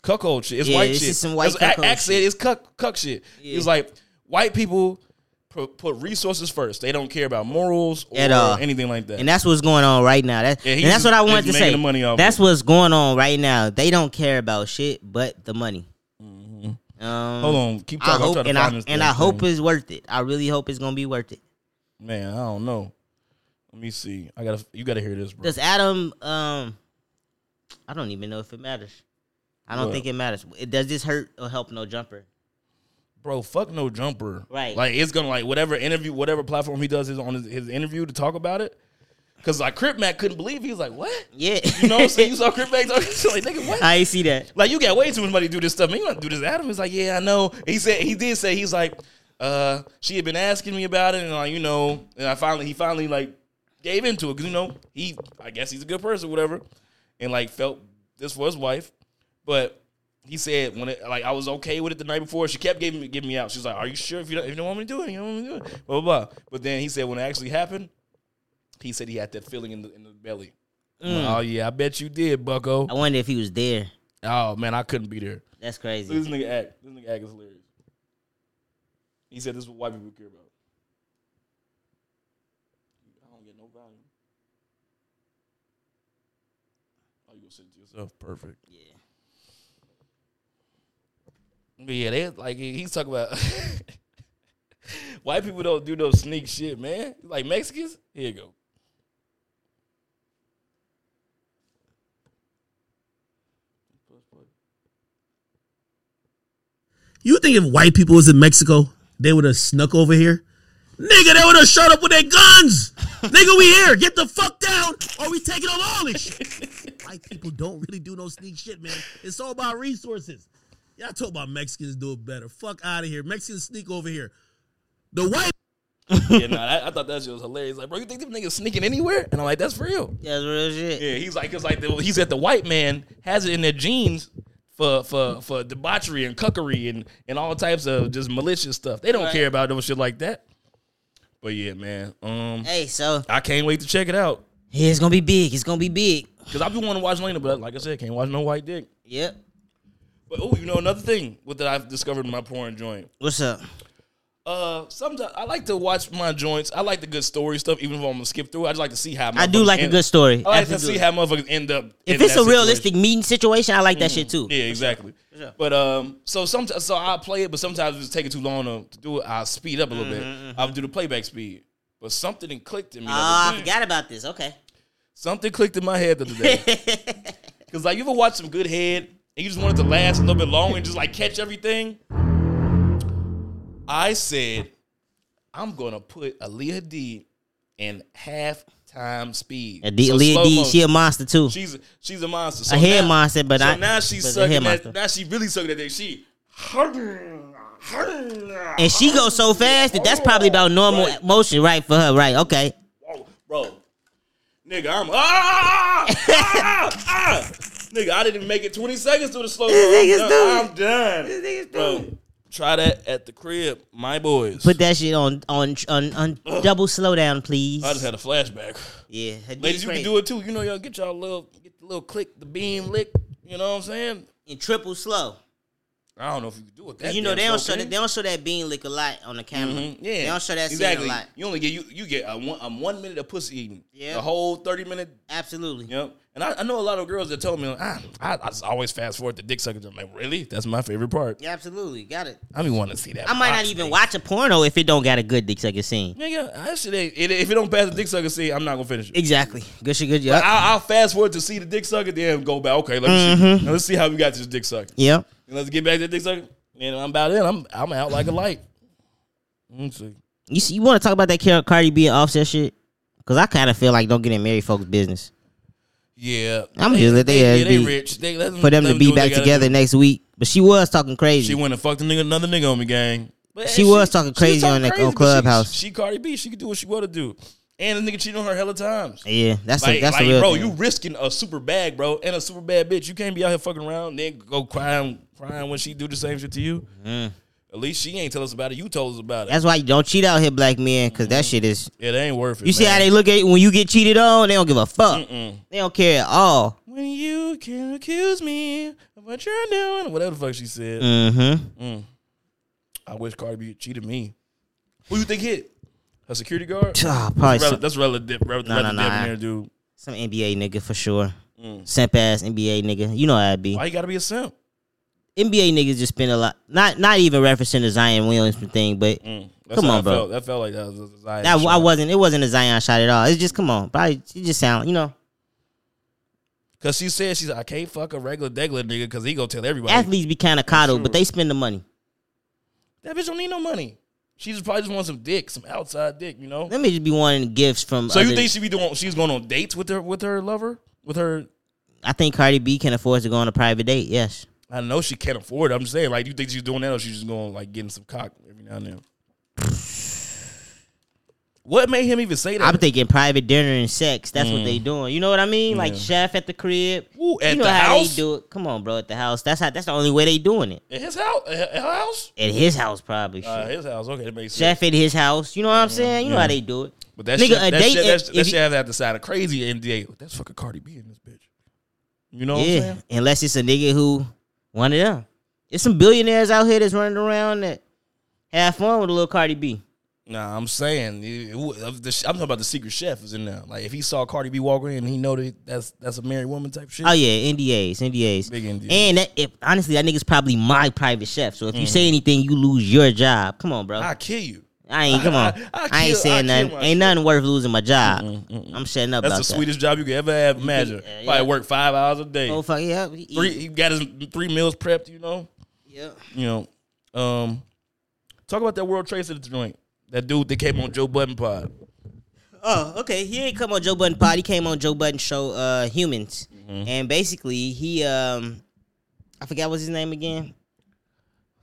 Speaker 1: Cuckold shit. It's
Speaker 2: Yeah,
Speaker 1: white
Speaker 2: this
Speaker 1: shit.
Speaker 2: is some white
Speaker 1: That's what
Speaker 2: cuckold
Speaker 1: Axe said it's cuck cuck shit.
Speaker 2: Yeah.
Speaker 1: It's like white people pu- put resources first. They don't care about morals or
Speaker 2: At all.
Speaker 1: anything like that.
Speaker 2: and that's what's going on right now. That,
Speaker 1: Yeah,
Speaker 2: and
Speaker 1: he's
Speaker 2: that's what I
Speaker 1: just-
Speaker 2: wanted to
Speaker 1: he's making
Speaker 2: say.
Speaker 1: the money off
Speaker 2: that's what's going on right now. They don't care about shit but the money. Um,
Speaker 1: Mm-hmm. Hold on, keep
Speaker 2: I
Speaker 1: talking.
Speaker 2: hope
Speaker 1: I'm trying
Speaker 2: and
Speaker 1: to
Speaker 2: I
Speaker 1: find this
Speaker 2: and
Speaker 1: damn
Speaker 2: I hope
Speaker 1: thing.
Speaker 2: it's worth it. I really hope it's gonna be worth it.
Speaker 1: man, I don't know. Let me see. I gotta you gotta hear this, bro.
Speaker 2: Does Adam? Um, I don't even know if it matters. I don't
Speaker 1: What?
Speaker 2: think it matters. It- Does this hurt or help? No jumper.
Speaker 1: bro, fuck no jumper.
Speaker 2: Right.
Speaker 1: Like it's gonna like whatever interview, whatever platform he does his on his, his interview to talk about it. Cause like Crip Mac couldn't believe he was like, what?
Speaker 2: Yeah,
Speaker 1: You know what I'm saying? You saw Crip Mac talking shit, like nigga, what?
Speaker 2: I ain't see that.
Speaker 1: like you got way too much money to do this stuff. Man, you want to do this? Adam is like, yeah, I know. He said he did say he's like, uh, she had been asking me about it, and like you know, and I finally he finally like gave into it because you know he I guess he's a good person, whatever, and like felt this for his wife, but he said when it like I was okay with it the night before, she kept giving me giving me out. She's like, are you sure if you don't if you don't want me to do it, you don't want me to do it, blah blah blah. But then he said when it actually happened, he said he had that feeling in the in the belly. I'm like, oh yeah, I bet you did, Bucko.
Speaker 2: I wonder if he was there.
Speaker 1: Oh man, I couldn't be there.
Speaker 2: That's
Speaker 1: Look at
Speaker 2: crazy.
Speaker 1: this nigga act. This nigga act is hilarious. He said this is what white people care about. I don't get no value. Oh, you gonna send it to yourself? Perfect. Yeah. But yeah, they like he- he's talking about white people don't do no sneak shit, man. Like Mexicans, here you go.
Speaker 9: You think if white people was in Mexico, they would have snuck over here? Nigga, they would have showed up with their guns. Nigga, we here. Get the fuck down, or we taking over all this shit. white people don't really do no sneak shit, man. It's all about resources. Y'all talk about Mexicans do it better. Fuck out of here. Mexicans sneak over here. The white
Speaker 1: yeah, nah, I, I thought that shit was hilarious. Like, bro, you think them niggas sneaking anywhere? And I'm like, that's for real.
Speaker 2: That's real shit.
Speaker 1: Yeah, he's like, it's like the, he said the white man has it in their genes for for for debauchery and cuckery and and all types of just malicious stuff. They don't care about no shit like that. But yeah, man, um,
Speaker 2: Hey, so
Speaker 1: I can't wait to check it out
Speaker 2: yeah, it's gonna be big. It's gonna be big.
Speaker 1: because I've been wanting to watch Lena, but like I said, can't watch no white dick.
Speaker 2: Yep.
Speaker 1: But oh, you know another thing with that I've discovered in my porn joint.
Speaker 2: What's up?
Speaker 1: Uh, sometimes I like to watch my joints. I like the good story stuff, even if I'm gonna skip through. it. I just like to see how
Speaker 2: I do
Speaker 1: motherfuckers
Speaker 2: like a
Speaker 1: end-
Speaker 2: good story.
Speaker 1: I like to
Speaker 2: Absolutely.
Speaker 1: see how motherfuckers end up. in
Speaker 2: if it's
Speaker 1: that
Speaker 2: a
Speaker 1: situation. Mm.
Speaker 2: realistic meeting situation, I like that shit too.
Speaker 1: Yeah, exactly. But um, so sometimes so I play it, but sometimes it's taking too long to, to do it. I will speed up a little bit. I'll do the playback speed. But something done clicked in me. the
Speaker 2: Oh,
Speaker 1: other
Speaker 2: Mm-hmm, I
Speaker 1: day.
Speaker 2: forgot about this. Okay.
Speaker 1: Something clicked in my head the other day. Cause like you ever watch some good head and you just want it to last a little bit longer and just like catch everything. I said, I'm gonna put Aaliyah D in half time speed.
Speaker 2: And D,
Speaker 1: So
Speaker 2: Leah
Speaker 1: slow
Speaker 2: D,
Speaker 1: mo.
Speaker 2: she a monster too.
Speaker 1: She's she's a monster. So
Speaker 2: a head
Speaker 1: now-
Speaker 2: monster, but
Speaker 1: so
Speaker 2: I
Speaker 1: now she's
Speaker 2: but a
Speaker 1: sucking
Speaker 2: head
Speaker 1: that.
Speaker 2: monster.
Speaker 1: Now she really sucking that thing. She.
Speaker 2: And she goes so fast that that's probably about normal
Speaker 1: Right.
Speaker 2: motion, right? For her, right? Okay.
Speaker 1: Whoa, bro, nigga, I'm ah, ah, ah. nigga. I didn't even make it 20 seconds through the slow. mo.
Speaker 2: nigga's
Speaker 1: I'm done.
Speaker 2: stupid.
Speaker 1: I'm done.
Speaker 2: nigga's
Speaker 1: bro,
Speaker 2: stupid.
Speaker 1: try that at the crib, my boys.
Speaker 2: Put that shit on on on, on double slowdown, please.
Speaker 1: I just had a flashback.
Speaker 2: yeah, her dick
Speaker 1: Ladies, you
Speaker 2: crazy.
Speaker 1: can do it too. You know, y'all get y'all little, get the little click, the beam lick. You know what I'm saying?
Speaker 2: in triple slow.
Speaker 1: I don't know if you can do it. That
Speaker 2: You know
Speaker 1: damn
Speaker 2: they
Speaker 1: slow,
Speaker 2: don't show
Speaker 1: can
Speaker 2: that,
Speaker 1: you?
Speaker 2: they don't show that bean lick a lot on the camera.
Speaker 1: Mhm, Yeah,
Speaker 2: they don't show that scene
Speaker 1: exactly.
Speaker 2: a lot.
Speaker 1: You only get you you get a one, a one minute of pussy eating.
Speaker 2: Yeah.
Speaker 1: the whole thirty minute
Speaker 2: Absolutely.
Speaker 1: Yep. And I, I know a lot of girls that told me, like, ah, I, I just always fast forward to dick suckers. I'm like, really? That's my favorite part.
Speaker 2: Yeah, absolutely. Got it.
Speaker 1: I don't want to see that.
Speaker 2: I might not
Speaker 1: box
Speaker 2: even
Speaker 1: thing.
Speaker 2: watch a porno if it don't got a good dick sucking scene.
Speaker 1: Nigga, that shit ain't. It, if it don't pass the dick sucker scene, I'm not gonna finish it.
Speaker 2: Exactly. Good shit. Good job.
Speaker 1: I, I'll fast forward to see the dick sucker, then go back. Okay, let me
Speaker 2: Mm-hmm.
Speaker 1: see. Now let's see how we got this dick sucker.
Speaker 2: Yep.
Speaker 1: And let's get back to the dick sucker. And I'm about in. I'm I'm out like a light. Let's see.
Speaker 2: You see, you want to talk about that Car- Cardi B and Offset shit? Because I kind of feel like don't get in married folks' business.
Speaker 1: Yeah,
Speaker 2: I'm just let they ass
Speaker 1: yeah, they
Speaker 2: be-
Speaker 1: rich. They, let
Speaker 2: For them
Speaker 1: Mm. let
Speaker 2: to be
Speaker 1: do what they
Speaker 2: back
Speaker 1: gotta
Speaker 2: together
Speaker 1: do.
Speaker 2: next week. But she was talking crazy.
Speaker 1: She went and fucked a nigga, another nigga on me, gang. But
Speaker 2: She was talking crazy on that- on
Speaker 1: but she-
Speaker 2: Clubhouse.
Speaker 1: She, Cardi B. She could do what she want to do, and the nigga cheated on her hella times.
Speaker 2: yeah, that's
Speaker 1: like,
Speaker 2: a, that's
Speaker 1: like
Speaker 2: a real
Speaker 1: bro,
Speaker 2: thing.
Speaker 1: you risking a super bag, bro, and a super bad bitch. You can't be out here fucking around, then go crying, crying when she do the same shit to you. At least she ain't tell us about it. You told us about it.
Speaker 2: Mm-hmm. That's why you don't cheat out here, black men, because
Speaker 1: Mm-hmm.
Speaker 2: that shit is.
Speaker 1: it ain't worth it.
Speaker 2: You see
Speaker 1: man.
Speaker 2: how they look at you when you get cheated on? They don't give a fuck. They don't care at all.
Speaker 1: When you can accuse me of what you're doing, whatever the fuck she said.
Speaker 2: Mm-hmm.
Speaker 1: I wish Cardi B cheated me. Who you think hit? Her security guard?
Speaker 2: Ah, probably
Speaker 1: Rel-
Speaker 2: some,
Speaker 1: that's relative. Rel-
Speaker 2: No, no,
Speaker 1: relative
Speaker 2: no, I-
Speaker 1: there, dude.
Speaker 2: some NBA nigga for sure. Simp ass NBA nigga. You know how it be.
Speaker 1: Mm. Why you gotta be a simp?
Speaker 2: NBA niggas just spend a lot. Not not even referencing the Zion Williamson thing, but
Speaker 1: Mm.
Speaker 2: Come
Speaker 1: how
Speaker 2: on,
Speaker 1: I
Speaker 2: bro.
Speaker 1: Felt. That felt like that was a Zion
Speaker 2: that I
Speaker 1: shot.
Speaker 2: wasn't. It wasn't a Zion shot at all. It's just come on, probably it just sound. You know,
Speaker 1: Cause she said she's I can't fuck a regular degular nigga because he gonna tell everybody.
Speaker 2: athletes be kind of coddled, but they spend the money.
Speaker 1: That bitch don't need no money. She just probably just wants some dick, some outside dick, you know.
Speaker 2: Let me just be wanting gifts from.
Speaker 1: So you
Speaker 2: other-
Speaker 1: think she be doing? She's going on dates with her with her lover with her.
Speaker 2: I think Cardi B can afford to go on a private date. Yes.
Speaker 1: I know she can't afford it. I'm just saying, like, you think she's doing that, or she's just going like getting some cock every now and then? What made him even say that?
Speaker 2: I'm thinking private dinner and sex. That's what they doing. You know what I mean? Like
Speaker 1: Yeah.
Speaker 2: chef at the crib.
Speaker 1: Ooh, at
Speaker 2: you know
Speaker 1: the
Speaker 2: how
Speaker 1: house?
Speaker 2: they do it. Come on, bro, at the house. That's how. That's the only way they doing it.
Speaker 1: At his house? At her- her house?
Speaker 2: At his house, probably.
Speaker 1: Uh,
Speaker 2: shit.
Speaker 1: his house. Okay, that makes sense.
Speaker 2: Chef at his house. You know what I'm saying? You know how they do it.
Speaker 1: But that
Speaker 2: Nigga,
Speaker 1: shit, that
Speaker 2: a date
Speaker 1: shit,
Speaker 2: if-
Speaker 1: that, shit, that
Speaker 2: if
Speaker 1: shit
Speaker 2: you-
Speaker 1: have to have the side of crazy MDA. That's fucking Cardi B in this bitch. You know what I'm
Speaker 2: Yeah,
Speaker 1: saying?
Speaker 2: unless it's a nigga who one of them. It's some billionaires out here that's running around that have fun with a little Cardi B.
Speaker 1: Nah, I'm saying it- it would- of the sh- I'm talking about the secret chef is in there. Like if he saw Cardi B walk in, he know that that's that's a married woman type shit.
Speaker 2: Oh yeah, NDAs, NDAs,
Speaker 1: Big NDAs.
Speaker 2: and that if honestly that nigga's probably my private chef. So if you say anything, you lose your job. Come on, bro.
Speaker 1: Mm. I
Speaker 2: I,
Speaker 1: kill you.
Speaker 2: ain't come on.
Speaker 1: I-
Speaker 2: I,
Speaker 1: I
Speaker 2: ain't
Speaker 1: kill-
Speaker 2: saying
Speaker 1: I kill
Speaker 2: nothing.
Speaker 1: myself. Mm,
Speaker 2: Ain't nothing worth losing my job. I'm shutting up
Speaker 1: That's
Speaker 2: about
Speaker 1: the
Speaker 2: that.
Speaker 1: sweetest job you could ever have. Imagine.
Speaker 2: uh, yeah.
Speaker 1: Probably work five hours a day.
Speaker 2: Oh fuck yeah. he- he-
Speaker 1: three. He got his three meals prepped. You know.
Speaker 2: yeah.
Speaker 1: You know. Um. Talk about that World Trade Center joint. That dude that came on Joe Budden pod.
Speaker 2: Oh, okay. He ain't come on Joe Budden Pod. He came on Joe Budden Show uh Humans.
Speaker 1: Mm-hmm.
Speaker 2: And basically he um I forgot what's his name again.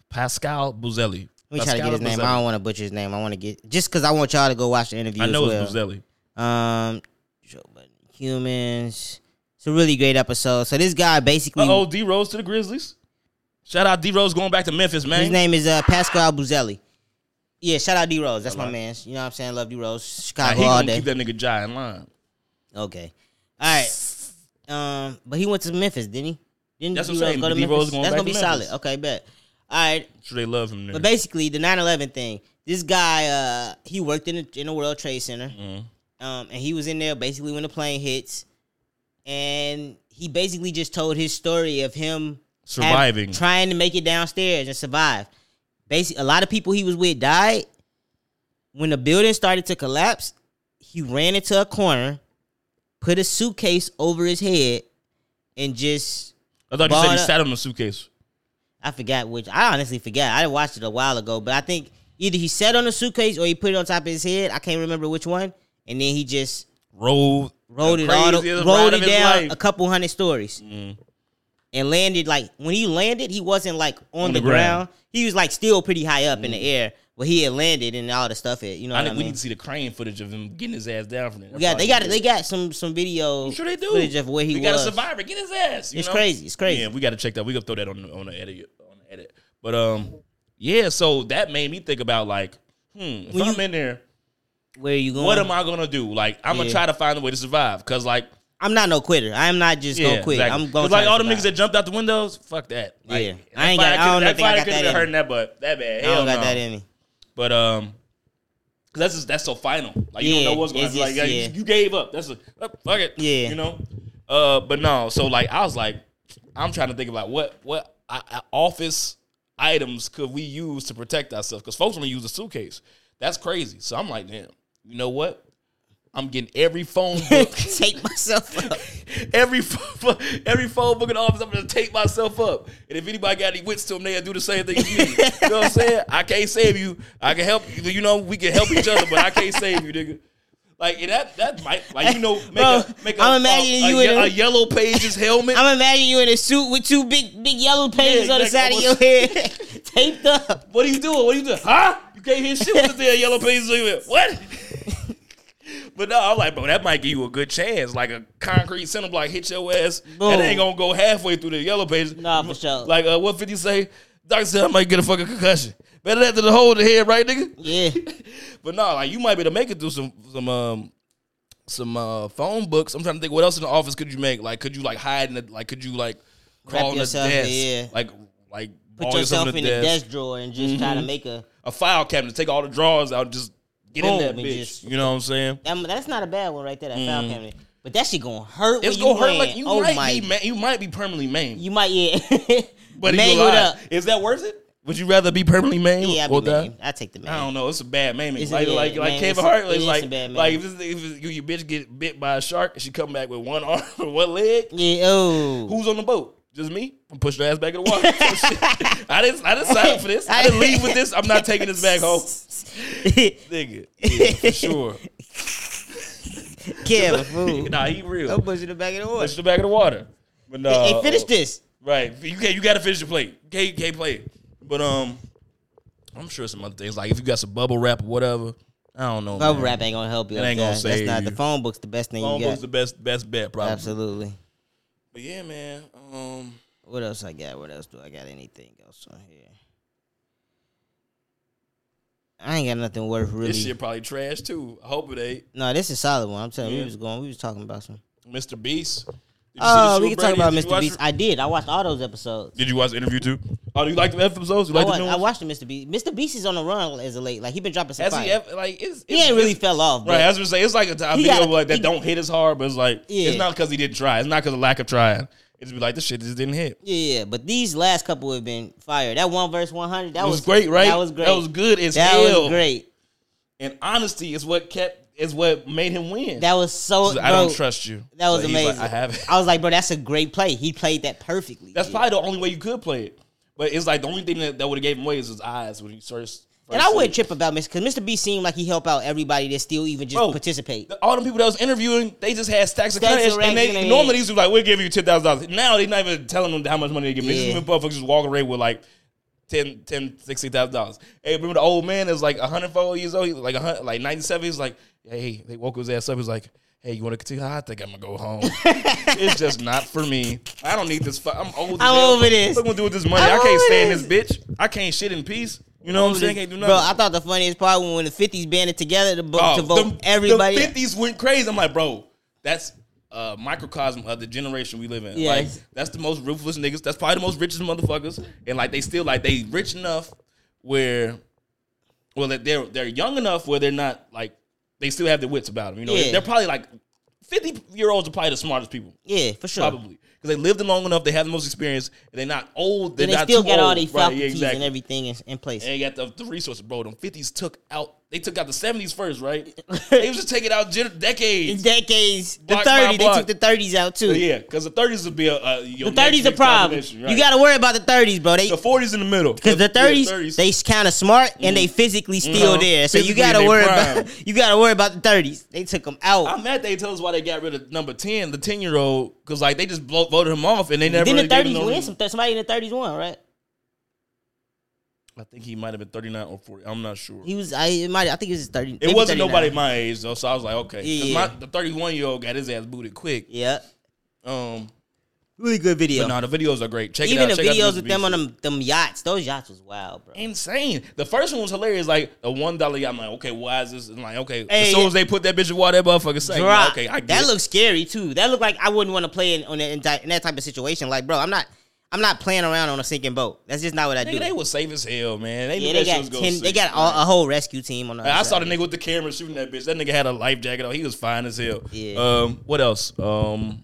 Speaker 1: Pascal Buzzelli.
Speaker 2: Let me try to get his name. I don't want to butcher his name. I want to get just because I want y'all to go watch the interview.
Speaker 1: I know
Speaker 2: as well.
Speaker 1: it's Buzzelli.
Speaker 2: Um, Joe Budden, humans. It's a really great episode. So this guy basically,
Speaker 1: Uh oh, D Rose to the Grizzlies. Shout out D Rose going back to Memphis, man.
Speaker 2: his name is uh, Pascal Buzelli. Yeah, shout out D Rose. That's my man. You know what I'm saying? Love D Rose.
Speaker 1: Nah,
Speaker 2: Chicago
Speaker 1: he
Speaker 2: all
Speaker 1: gonna
Speaker 2: day.
Speaker 1: keep that nigga Jai in line.
Speaker 2: Okay. All right. Um, but he went to Memphis, didn't he? Didn't
Speaker 1: That's what
Speaker 2: D
Speaker 1: I'm
Speaker 2: Rose
Speaker 1: saying.
Speaker 2: go to
Speaker 1: D Rose
Speaker 2: Memphis?
Speaker 1: going
Speaker 2: That's
Speaker 1: back
Speaker 2: gonna be
Speaker 1: to
Speaker 2: solid.
Speaker 1: Memphis.
Speaker 2: Okay, bet. All right.
Speaker 1: Sure, they love him. There.
Speaker 2: But basically, the 9-11 thing. This guy, uh, he worked in the, in the World Trade Center,
Speaker 1: Mm-hmm.
Speaker 2: um, and he was in there basically when the plane hits, and he basically just told his story of him hav-
Speaker 1: Surviving.
Speaker 2: trying to make it downstairs and survive. Basically, a lot of people he was with died. When the building started to collapse, he ran into a corner, put a suitcase over his head, and just
Speaker 1: I thought you said he
Speaker 2: Bought up-
Speaker 1: sat on a suitcase.
Speaker 2: I forgot which. I honestly forgot. I watched it a while ago, but I think either he sat on the suitcase or he put it on top of his head. I can't remember which one. And then he just
Speaker 1: Rolled,
Speaker 2: rolled
Speaker 1: the
Speaker 2: it all, the,
Speaker 1: craziest
Speaker 2: rolled
Speaker 1: ride of his
Speaker 2: it down
Speaker 1: life. Mm.
Speaker 2: a couple hundred stories, and landed like when he landed, he wasn't like on, the,
Speaker 1: the ground. Mm.
Speaker 2: ground. He was like still pretty high up in the air, but he had landed and all the stuff. It you know
Speaker 1: I
Speaker 2: what I
Speaker 1: think we
Speaker 2: mean.
Speaker 1: need to see the crane footage of him getting his ass down from there.
Speaker 2: We got they got they got some some video
Speaker 1: I'm sure they do.
Speaker 2: footage of where he
Speaker 1: we got a
Speaker 2: was.
Speaker 1: survivor. Get his ass. you
Speaker 2: It's
Speaker 1: know?
Speaker 2: crazy. It's crazy.
Speaker 1: Yeah, we got to check that. We gonna throw that on the- on the edit on the edit. But um, yeah. So that made me think about like, hmm, if
Speaker 2: Well,
Speaker 1: I'm
Speaker 2: you-
Speaker 1: in there,
Speaker 2: Where are you going?
Speaker 1: what am I gonna do? Like, I'm gonna
Speaker 2: Yeah.
Speaker 1: try to find a way to survive. Cause like,
Speaker 2: I'm not no quitter. I am not just
Speaker 1: yeah,
Speaker 2: gonna quit.
Speaker 1: exactly.
Speaker 2: I'm going
Speaker 1: 'Cause, like all
Speaker 2: the
Speaker 1: them niggas that jumped out the windows. Fuck that. Like,
Speaker 2: Yeah.
Speaker 1: that
Speaker 2: I ain't
Speaker 1: fire
Speaker 2: got- I don't
Speaker 1: could've-
Speaker 2: think I
Speaker 1: fire
Speaker 2: got
Speaker 1: could've
Speaker 2: that in
Speaker 1: hurting
Speaker 2: me.
Speaker 1: that, but that bad.
Speaker 2: I
Speaker 1: Hell
Speaker 2: don't got
Speaker 1: no.
Speaker 2: that in me.
Speaker 1: But um, that's just, that's so final. Like you
Speaker 2: Yeah,
Speaker 1: don't know what's going
Speaker 2: it's
Speaker 1: on. Like,
Speaker 2: just-
Speaker 1: like,
Speaker 2: yeah.
Speaker 1: you gave up. That's a oh, fuck it.
Speaker 2: Yeah.
Speaker 1: you know. Uh, but no. So like I was like, I'm trying to think about what what I, I- office items could we use to protect ourselves because folks only use a suitcase. That's crazy. So I'm like, damn. You know what? I'm getting every phone book
Speaker 2: Take myself up.
Speaker 1: every pho- pho- every phone book in the office, I'm gonna tape myself up. And if anybody got any wits to them, they'll do the same thing as me. you know what I'm saying? I can't save you. I can help you. You know, we can help each other, but I can't save you, nigga. Like and that that might like you know make
Speaker 2: Bro,
Speaker 1: a make a,
Speaker 2: I'm imagining
Speaker 1: a, a
Speaker 2: you in
Speaker 1: ye-
Speaker 2: a-
Speaker 1: a yellow pages helmet.
Speaker 2: I'm imagining you in a suit with two big, big yellow pages
Speaker 1: Yeah,
Speaker 2: on the side
Speaker 1: exactly.
Speaker 2: of your head, taped up.
Speaker 1: what are you doing? What are you doing? Huh? You can't hear shit with the damn yellow pages. on your head. What? But no, I'm like, bro, that might give you a good chance. Like a concrete center block hit your ass,
Speaker 2: Boom.
Speaker 1: and it ain't gonna go halfway through the yellow pages.
Speaker 2: Nah, for sure.
Speaker 1: Like uh, what Fifty say? Doctor said I might get a fucking concussion. Better that than the hole in the head, right, nigga?
Speaker 2: Yeah,
Speaker 1: But no, like you might be able to make it through some some um some uh phone books. I'm trying to think what else in the office could you make? Like could you like hide in the like could you like crawl in the
Speaker 2: yourself,
Speaker 1: desk?
Speaker 2: yeah.
Speaker 1: Like like
Speaker 2: put
Speaker 1: ball
Speaker 2: yourself in the
Speaker 1: desk.
Speaker 2: desk drawer and just try to make a.
Speaker 1: A file cabinet, take all the drawers out, and just get
Speaker 2: Boom,
Speaker 1: in that
Speaker 2: and
Speaker 1: bitch.
Speaker 2: just-
Speaker 1: you know what I'm saying?
Speaker 2: That, that's not a bad one right there. That foul cabinet, but that shit gonna hurt.
Speaker 1: It's
Speaker 2: when you
Speaker 1: gonna hurt
Speaker 2: land.
Speaker 1: like you
Speaker 2: oh my,
Speaker 1: might be ma- you might be permanently maimed.
Speaker 2: you might yeah.
Speaker 1: but if you
Speaker 2: mangled
Speaker 1: alive,
Speaker 2: up.
Speaker 1: is that worth it? Would you rather be permanently maimed
Speaker 2: Yeah, I
Speaker 1: or
Speaker 2: be
Speaker 1: die?
Speaker 2: man. I take the man.
Speaker 1: I don't know. It's a bad maiming.
Speaker 2: It's a-
Speaker 1: like
Speaker 2: yeah,
Speaker 1: like like
Speaker 2: man, it's
Speaker 1: Kevin
Speaker 2: a-
Speaker 1: Hart
Speaker 2: it
Speaker 1: was
Speaker 2: is a
Speaker 1: like
Speaker 2: bad
Speaker 1: like if,
Speaker 2: maiming.
Speaker 1: this, if you, your bitch get bit by a shark and she come back with one arm and one leg,
Speaker 2: Yeah. Oh.
Speaker 1: who's on the boat? Just me. I'm pushing her ass back in the water. I didn't I didn't sign up for this. I didn't leave with this. I'm not taking this back home, nigga. Yeah, for sure.
Speaker 2: Kevin, fool.
Speaker 1: Nah, he real.
Speaker 2: I'm pushing it back in the water.
Speaker 1: Push the back of the water. But uh, no,
Speaker 2: hey, finish this.
Speaker 1: Right. You can't, you gotta finish your plate. You can't, you can't play it. But um I'm sure some other things. Like if you got some bubble wrap or whatever. I don't know.
Speaker 2: Bubble
Speaker 1: man.
Speaker 2: wrap ain't gonna help you.
Speaker 1: It
Speaker 2: up
Speaker 1: ain't
Speaker 2: there.
Speaker 1: gonna save
Speaker 2: That's not
Speaker 1: you.
Speaker 2: the phone book's the best thing
Speaker 1: Phone
Speaker 2: you
Speaker 1: book's
Speaker 2: got.
Speaker 1: the best best bet, probably.
Speaker 2: Absolutely.
Speaker 1: But yeah, man. Um
Speaker 2: What else I got? What else do I got? Anything else on here? I ain't got nothing worth really.
Speaker 1: this shit probably trash too. I hope it ain't.
Speaker 2: no, this is solid one. I'm telling you,
Speaker 1: Yeah.
Speaker 2: we was going. We was talking about some.
Speaker 1: Mr. Beast. Did you see the
Speaker 2: Oh,
Speaker 1: shoe
Speaker 2: we can talk
Speaker 1: Brady?
Speaker 2: about
Speaker 1: Did you
Speaker 2: Mr.
Speaker 1: watch
Speaker 2: Beast.
Speaker 1: it?
Speaker 2: I did. I watched all those episodes.
Speaker 1: Did you watch the interview too? Oh, do you like the episodes? You
Speaker 2: I,
Speaker 1: like the
Speaker 2: watched,
Speaker 1: new
Speaker 2: I
Speaker 1: ones?
Speaker 2: watched the Mr. Beast. Mr. Beast is on the run as a late. Like he been dropping some
Speaker 1: Has
Speaker 2: fire.
Speaker 1: he ever like it's,
Speaker 2: he ain't
Speaker 1: it's-
Speaker 2: really
Speaker 1: it's-
Speaker 2: fell off. But
Speaker 1: Right, I was gonna say it's like a type of
Speaker 2: He
Speaker 1: video
Speaker 2: gotta-
Speaker 1: like that
Speaker 2: he-
Speaker 1: don't hit as hard, but it's like
Speaker 2: Yeah.
Speaker 1: it's not because he didn't try. It's not because of lack of trying. It's be like this shit just didn't hit.
Speaker 2: yeah, yeah, but these last couple have been fire. That one verse one hundred. That
Speaker 1: It
Speaker 2: was,
Speaker 1: was, great, right?
Speaker 2: That was great.
Speaker 1: That was good as
Speaker 2: That
Speaker 1: hell.
Speaker 2: was great.
Speaker 1: And honesty is what kept is what made him win.
Speaker 2: That was so.
Speaker 1: I don't
Speaker 2: bro,
Speaker 1: trust you.
Speaker 2: That was
Speaker 1: So he's like,
Speaker 2: amazing.
Speaker 1: I have it.
Speaker 2: I was like, bro, that's a great play. He played that perfectly.
Speaker 1: That's
Speaker 2: dude.
Speaker 1: probably the only way you could play it. But it's like the only thing that, that would have gave him away is his eyes when he first.
Speaker 2: And I wouldn't trip about Mr. because Mr. B seemed like he helped out everybody that still even just
Speaker 1: Bro,
Speaker 2: participate.
Speaker 1: All the people that was interviewing, they just had stacks of
Speaker 2: Stacks
Speaker 1: cash, and
Speaker 2: of racks in their
Speaker 1: they normally
Speaker 2: hand.
Speaker 1: these was like, "We'll give you ten thousand dollars." Now they're not even telling them how much money they give. them. They
Speaker 2: Yeah.
Speaker 1: just motherfuckers just walking away with like. ten, ten, sixty thousand dollars. Hey, remember the old man is like hundred four years old. He was like a hundred, like ninety seven. He's like, hey, they woke his ass up. He's like, hey, you want to continue? I think I'm gonna go home. it's just not for me. I don't need this. Fu- I'm old. as
Speaker 2: I'm
Speaker 1: hell.
Speaker 2: over this.
Speaker 1: What I'm gonna do with this money?
Speaker 2: I'm
Speaker 1: i can't
Speaker 2: over
Speaker 1: stand
Speaker 2: this.
Speaker 1: this. bitch. I can't shit in peace. You know what I'm saying? I can't do nothing.
Speaker 2: Bro, I thought the funniest part when the 50s banded together to, vote
Speaker 1: Oh,
Speaker 2: to vote everybody.
Speaker 1: The fifties went crazy. I'm like, bro, that's a microcosm of the generation we live in.
Speaker 2: Yes.
Speaker 1: Like, that's the most ruthless niggas. That's probably the most richest motherfuckers. And like, they still like they rich enough where, well, that they're they're young enough where they're not like they still have their wits about them. You know,
Speaker 2: Yeah.
Speaker 1: they're probably like fifty year olds are probably the smartest people.
Speaker 2: yeah, for sure.
Speaker 1: Probably because they lived long enough, they have the most experience, and they're not old. They're
Speaker 2: And they
Speaker 1: not
Speaker 2: still
Speaker 1: too
Speaker 2: got all
Speaker 1: old.
Speaker 2: these
Speaker 1: Right, yeah,
Speaker 2: faculties and
Speaker 1: exactly.
Speaker 2: everything in, in place.
Speaker 1: And they got the, the resources, bro. Them fifties took out. They took out the seventies first, right? they was just taking out gen-
Speaker 2: In
Speaker 1: decades.
Speaker 2: decades, the
Speaker 1: Block by
Speaker 2: 30, they
Speaker 1: block.
Speaker 2: took the 30s out too.
Speaker 1: yeah, because the thirties would be a, a your
Speaker 2: the 30s a
Speaker 1: next big
Speaker 2: problem.
Speaker 1: combination, right?
Speaker 2: You got to worry about the 30s, bro. They
Speaker 1: the forties in the middle.
Speaker 2: Cause the thirties,
Speaker 1: yeah,
Speaker 2: they kind of smart and they physically still
Speaker 1: Mhm.
Speaker 2: there. So
Speaker 1: Physically,
Speaker 2: you gotta
Speaker 1: they
Speaker 2: worry
Speaker 1: prime.
Speaker 2: about you gotta worry about the thirties. They took them out.
Speaker 1: I'm mad they tell us why they got rid of number ten, the ten year old, because like they just blow, voted him off and they never.
Speaker 2: then the
Speaker 1: really gave him
Speaker 2: thirties
Speaker 1: no
Speaker 2: win.
Speaker 1: reason.
Speaker 2: Some somebody in the thirties won, right?
Speaker 1: I think he might have been thirty nine or forty. I'm not sure.
Speaker 2: He was. I it might. I think it was thirty.
Speaker 1: it
Speaker 2: maybe
Speaker 1: wasn't
Speaker 2: 39.
Speaker 1: nobody my age though, so I was like, okay. 'Cause
Speaker 2: Yeah.
Speaker 1: my- the thirty one year old got his ass booted quick.
Speaker 2: Yeah.
Speaker 1: Um,
Speaker 2: Really good video.
Speaker 1: but no, the videos are great. Check
Speaker 2: Even
Speaker 1: it out.
Speaker 2: the
Speaker 1: Check out
Speaker 2: videos
Speaker 1: Mr.
Speaker 2: with them
Speaker 1: Beast.
Speaker 2: on them, them yachts. Those yachts was wild, bro.
Speaker 1: insane. The first one was hilarious. Like the one dollar, I'm like, okay, why is this? And like, okay,
Speaker 2: Hey,
Speaker 1: as soon as they put that bitch in water, that motherfucker sank.
Speaker 2: Drop.
Speaker 1: Like, okay, I get
Speaker 2: that
Speaker 1: it.
Speaker 2: looks scary too. That looked like I wouldn't want to play in on that, in that type of situation. Like, bro, I'm not. I'm not playing around on a sinking boat. That's just not what I do.
Speaker 1: Nigga, they was safe as hell, man. They
Speaker 2: yeah,
Speaker 1: knew
Speaker 2: they
Speaker 1: that shit was
Speaker 2: got
Speaker 1: going
Speaker 2: ten, they got a, a whole rescue team on the.
Speaker 1: I
Speaker 2: other
Speaker 1: saw
Speaker 2: side.
Speaker 1: the nigga with the camera shooting that bitch. That nigga had a life jacket on. He was fine as hell.
Speaker 2: Yeah.
Speaker 1: Um, what else? Um,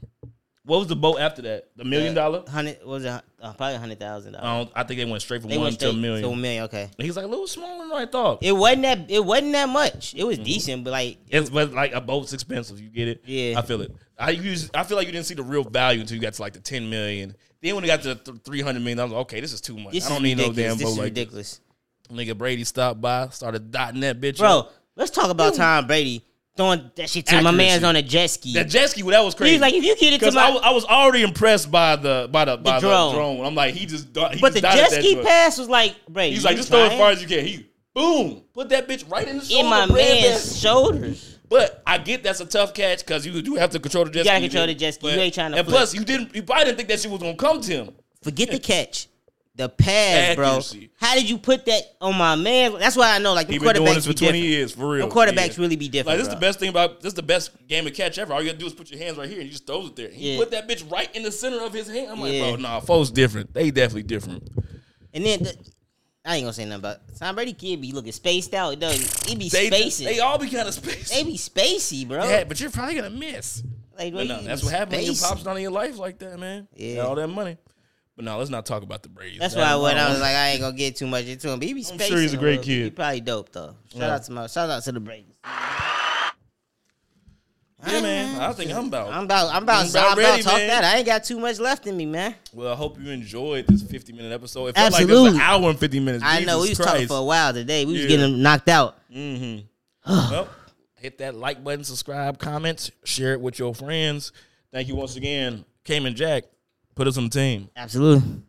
Speaker 1: what was the boat after that? The million dollar?
Speaker 2: hundred. What was it? Uh, probably hundred thousand dollars.
Speaker 1: I, don't, I think they went straight from
Speaker 2: They
Speaker 1: one
Speaker 2: went
Speaker 1: to a
Speaker 2: straight
Speaker 1: million.
Speaker 2: to a million. Okay.
Speaker 1: He's like a little smaller than I thought.
Speaker 2: It wasn't that. It wasn't that much. It
Speaker 1: Mm-hmm.
Speaker 2: was decent, but like
Speaker 1: It's but like a boat's expensive. You get it?
Speaker 2: Yeah.
Speaker 1: I feel it. I use. I feel like you didn't see the real value until you got to like the ten million. Then when it got to the three hundred million, I was like, okay, this is too much.
Speaker 2: this
Speaker 1: I don't
Speaker 2: is
Speaker 1: need no
Speaker 2: ridiculous.
Speaker 1: damn
Speaker 2: this
Speaker 1: boat
Speaker 2: is
Speaker 1: like this.
Speaker 2: ridiculous,
Speaker 1: Nigga Brady stopped by, started dotting that bitch. up.
Speaker 2: bro. Let's talk about Tom Brady throwing that shit to my
Speaker 1: Accuracy.
Speaker 2: man's on a jet ski.
Speaker 1: that jet ski, well, that was crazy.
Speaker 2: He's like, if you get it to
Speaker 1: Because
Speaker 2: my,
Speaker 1: I, wa- I was already impressed by the by the by the drone.
Speaker 2: drone.
Speaker 1: I'm like, he just do- he just
Speaker 2: but the
Speaker 1: dotted
Speaker 2: jet
Speaker 1: that
Speaker 2: ski
Speaker 1: joint.
Speaker 2: pass was like, Brady.
Speaker 1: He's
Speaker 2: you
Speaker 1: like, just throw it as
Speaker 2: trying?
Speaker 1: far as you can. He boom, put that bitch right in the shoulder.
Speaker 2: in my
Speaker 1: bread
Speaker 2: man's shoulders.
Speaker 1: But I get that's a tough catch because you do have to control the jet ski.
Speaker 2: gotta control the jet ski.
Speaker 1: But-
Speaker 2: You ain't tryna
Speaker 1: And
Speaker 2: flip.
Speaker 1: plus, you didn't. You probably didn't think that shit was gonna come to him.
Speaker 2: Forget the catch. The pass, bro.
Speaker 1: Accuracy.
Speaker 2: How did you put that on my man? That's why I know, like, the
Speaker 1: He been doing
Speaker 2: quarterbacks
Speaker 1: this for
Speaker 2: be
Speaker 1: twenty
Speaker 2: different.
Speaker 1: years for real.
Speaker 2: Them quarterbacks
Speaker 1: Yeah.
Speaker 2: really be different.
Speaker 1: Like this is
Speaker 2: bro.
Speaker 1: the best thing about this is the best game of catch ever. All you gotta do is put your hands right here and you just throws it there. He
Speaker 2: Yeah.
Speaker 1: put that bitch right in the center of his hand. I'm like,
Speaker 2: Yeah.
Speaker 1: bro, nah, folks different. They definitely different.
Speaker 2: And then the, I ain't gonna say nothing about Tom Brady. Kid be looking spaced out. Though he be
Speaker 1: They
Speaker 2: spacing.
Speaker 1: they
Speaker 2: They,
Speaker 1: all be kind of spaced.
Speaker 2: be spacey, bro.
Speaker 1: Yeah, but you're probably gonna miss.
Speaker 2: Like,
Speaker 1: But
Speaker 2: bro,
Speaker 1: no,
Speaker 2: you
Speaker 1: that's
Speaker 2: be
Speaker 1: what happened when your
Speaker 2: spacing.
Speaker 1: pops not in your life like that, man. Yeah,
Speaker 2: Yeah.
Speaker 1: all that money. But no, let's not talk about the Braves.
Speaker 2: That's
Speaker 1: That-
Speaker 2: why when I was like, I ain't gonna get too much into him. But he be
Speaker 1: sure
Speaker 2: spacing.
Speaker 1: he's a great
Speaker 2: little bit.
Speaker 1: kid.
Speaker 2: He probably dope though. Shout out to my shout out to the Brady's.
Speaker 1: yeah, man. I think I'm about.
Speaker 2: I'm about I'm
Speaker 1: I'm about
Speaker 2: about, I'm about
Speaker 1: ready,
Speaker 2: to talk
Speaker 1: man.
Speaker 2: that. I ain't got too much left in me, man.
Speaker 1: Well, I hope you enjoyed this 50 minute episode. It felt like it was an
Speaker 2: Absolutely.
Speaker 1: hour and 50 minutes.
Speaker 2: I know we was
Speaker 1: Jesus
Speaker 2: talking
Speaker 1: Christ.
Speaker 2: for a while today. We was
Speaker 1: Yeah.
Speaker 2: getting knocked out.
Speaker 1: Well, hit that like button, subscribe, comment, share it with your friends. Thank you once again, Cayman Jack. Put us on the team.
Speaker 2: Absolutely.